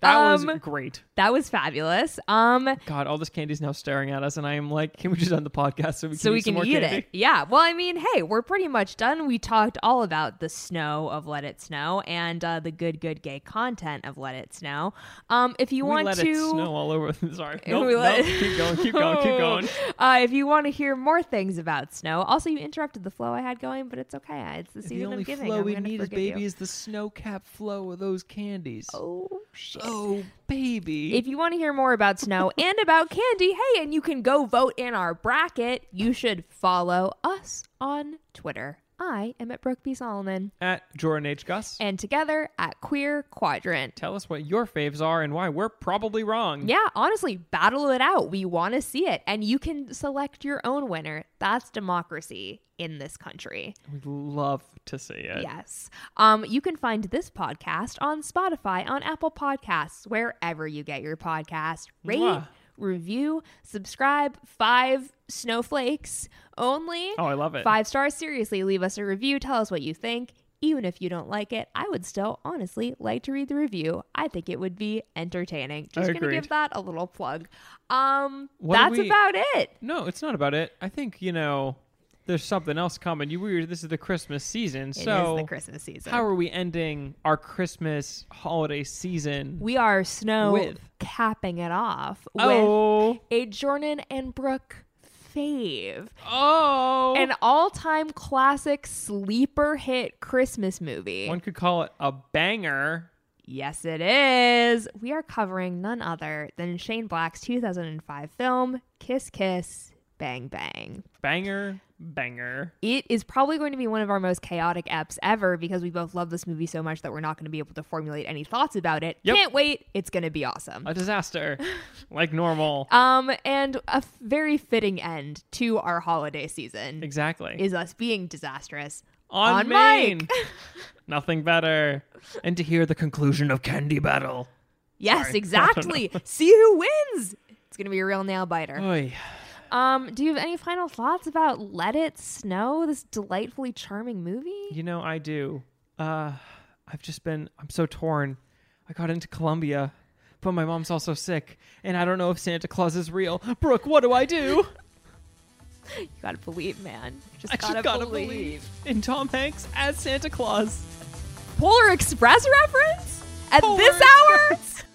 S2: That
S1: um,
S2: was great.
S1: that was fabulous. Um,
S2: God, all this candy's now staring at us, and I am like, can we just end the podcast so we can,
S1: so
S2: eat,
S1: we
S2: some
S1: can
S2: more
S1: eat
S2: candy?
S1: it. Yeah. Well, I mean, hey, we're pretty much done. We talked all about the snow of Let It Snow and uh, the good, good gay content of Let It Snow. Um, if you
S2: We
S1: want
S2: let
S1: to,
S2: it snow all over. Sorry.
S1: We
S2: Nope,
S1: let-
S2: nope. Keep going, keep going, keep going.
S1: Uh, if you want to hear more things about snow, also you interrupted the flow I had going, but it's okay. It's the season
S2: The only
S1: of giving.
S2: flow
S1: I'm
S2: we
S1: gonna
S2: need is
S1: forgive
S2: baby
S1: You.
S2: is the snow cap flow of those candies.
S1: Oh shit.
S2: Oh, baby.
S1: If you want to hear more about snow and about candy, hey, and you can go vote in our bracket, you should follow us on Twitter. I am at Brooke B. Solomon,
S2: At Jordan H. Gus.
S1: and together at Queer Quadrant.
S2: Tell us what your faves are and why we're probably wrong.
S1: Yeah, honestly, battle it out. We want to see it. And you can select your own winner. That's democracy in this country.
S2: we love to see it.
S1: Yes. Um, you can find this podcast on Spotify, on Apple Podcasts, wherever you get your podcast. Rate,
S2: Mwah.
S1: review, subscribe. Five snowflakes only.
S2: Oh, I love it.
S1: Five stars. Seriously, leave us a review. Tell us what you think. Even if you don't like it, I would still honestly like to read the review. I think it would be entertaining. Just gonna
S2: Agreed.
S1: give that a little plug. Um,
S2: What do
S1: that's
S2: we-
S1: about it.
S2: No, it's not about it. I think, you know, there's something else coming. You were this is the Christmas season,
S1: It is
S2: so
S1: the Christmas season.
S2: how are we ending our Christmas holiday season?
S1: we are snow
S2: With-
S1: capping it off with
S2: oh,
S1: a Jordan and Brooke fave,
S2: oh.
S1: an all-time classic sleeper hit Christmas movie.
S2: One could call it a banger.
S1: Yes, it is. We are covering none other than Shane Black's 2005 film Kiss Kiss Bang Bang.
S2: Banger, banger.
S1: It is probably going to be one of our most chaotic eps ever because we both love this movie so much that we're not going to be able to formulate any thoughts about it.
S2: Yep.
S1: Can't wait. It's going to be awesome.
S2: A disaster. like normal.
S1: Um and a f- very fitting end to our holiday season.
S2: Exactly.
S1: is us being disastrous
S2: on,
S1: on
S2: Maine.
S1: mic.
S2: Nothing better. And to hear the conclusion of Candy Battle.
S1: Yes,
S2: Sorry.
S1: exactly. See who wins. It's gonna be a real nail biter.
S2: Oy.
S1: Um, do you have any final thoughts about Let It Snow, this delightfully charming movie?
S2: You know, I do. Uh, I've just been, I'm so torn. I got into Colombia, but my mom's also sick, and I don't know if Santa Claus is real. Brooke, what do I do?
S1: You gotta believe, man. Just
S2: I
S1: gotta,
S2: just gotta
S1: believe.
S2: believe. in Tom Hanks as Santa Claus.
S1: Polar Express reference at
S2: Polar
S1: this hour.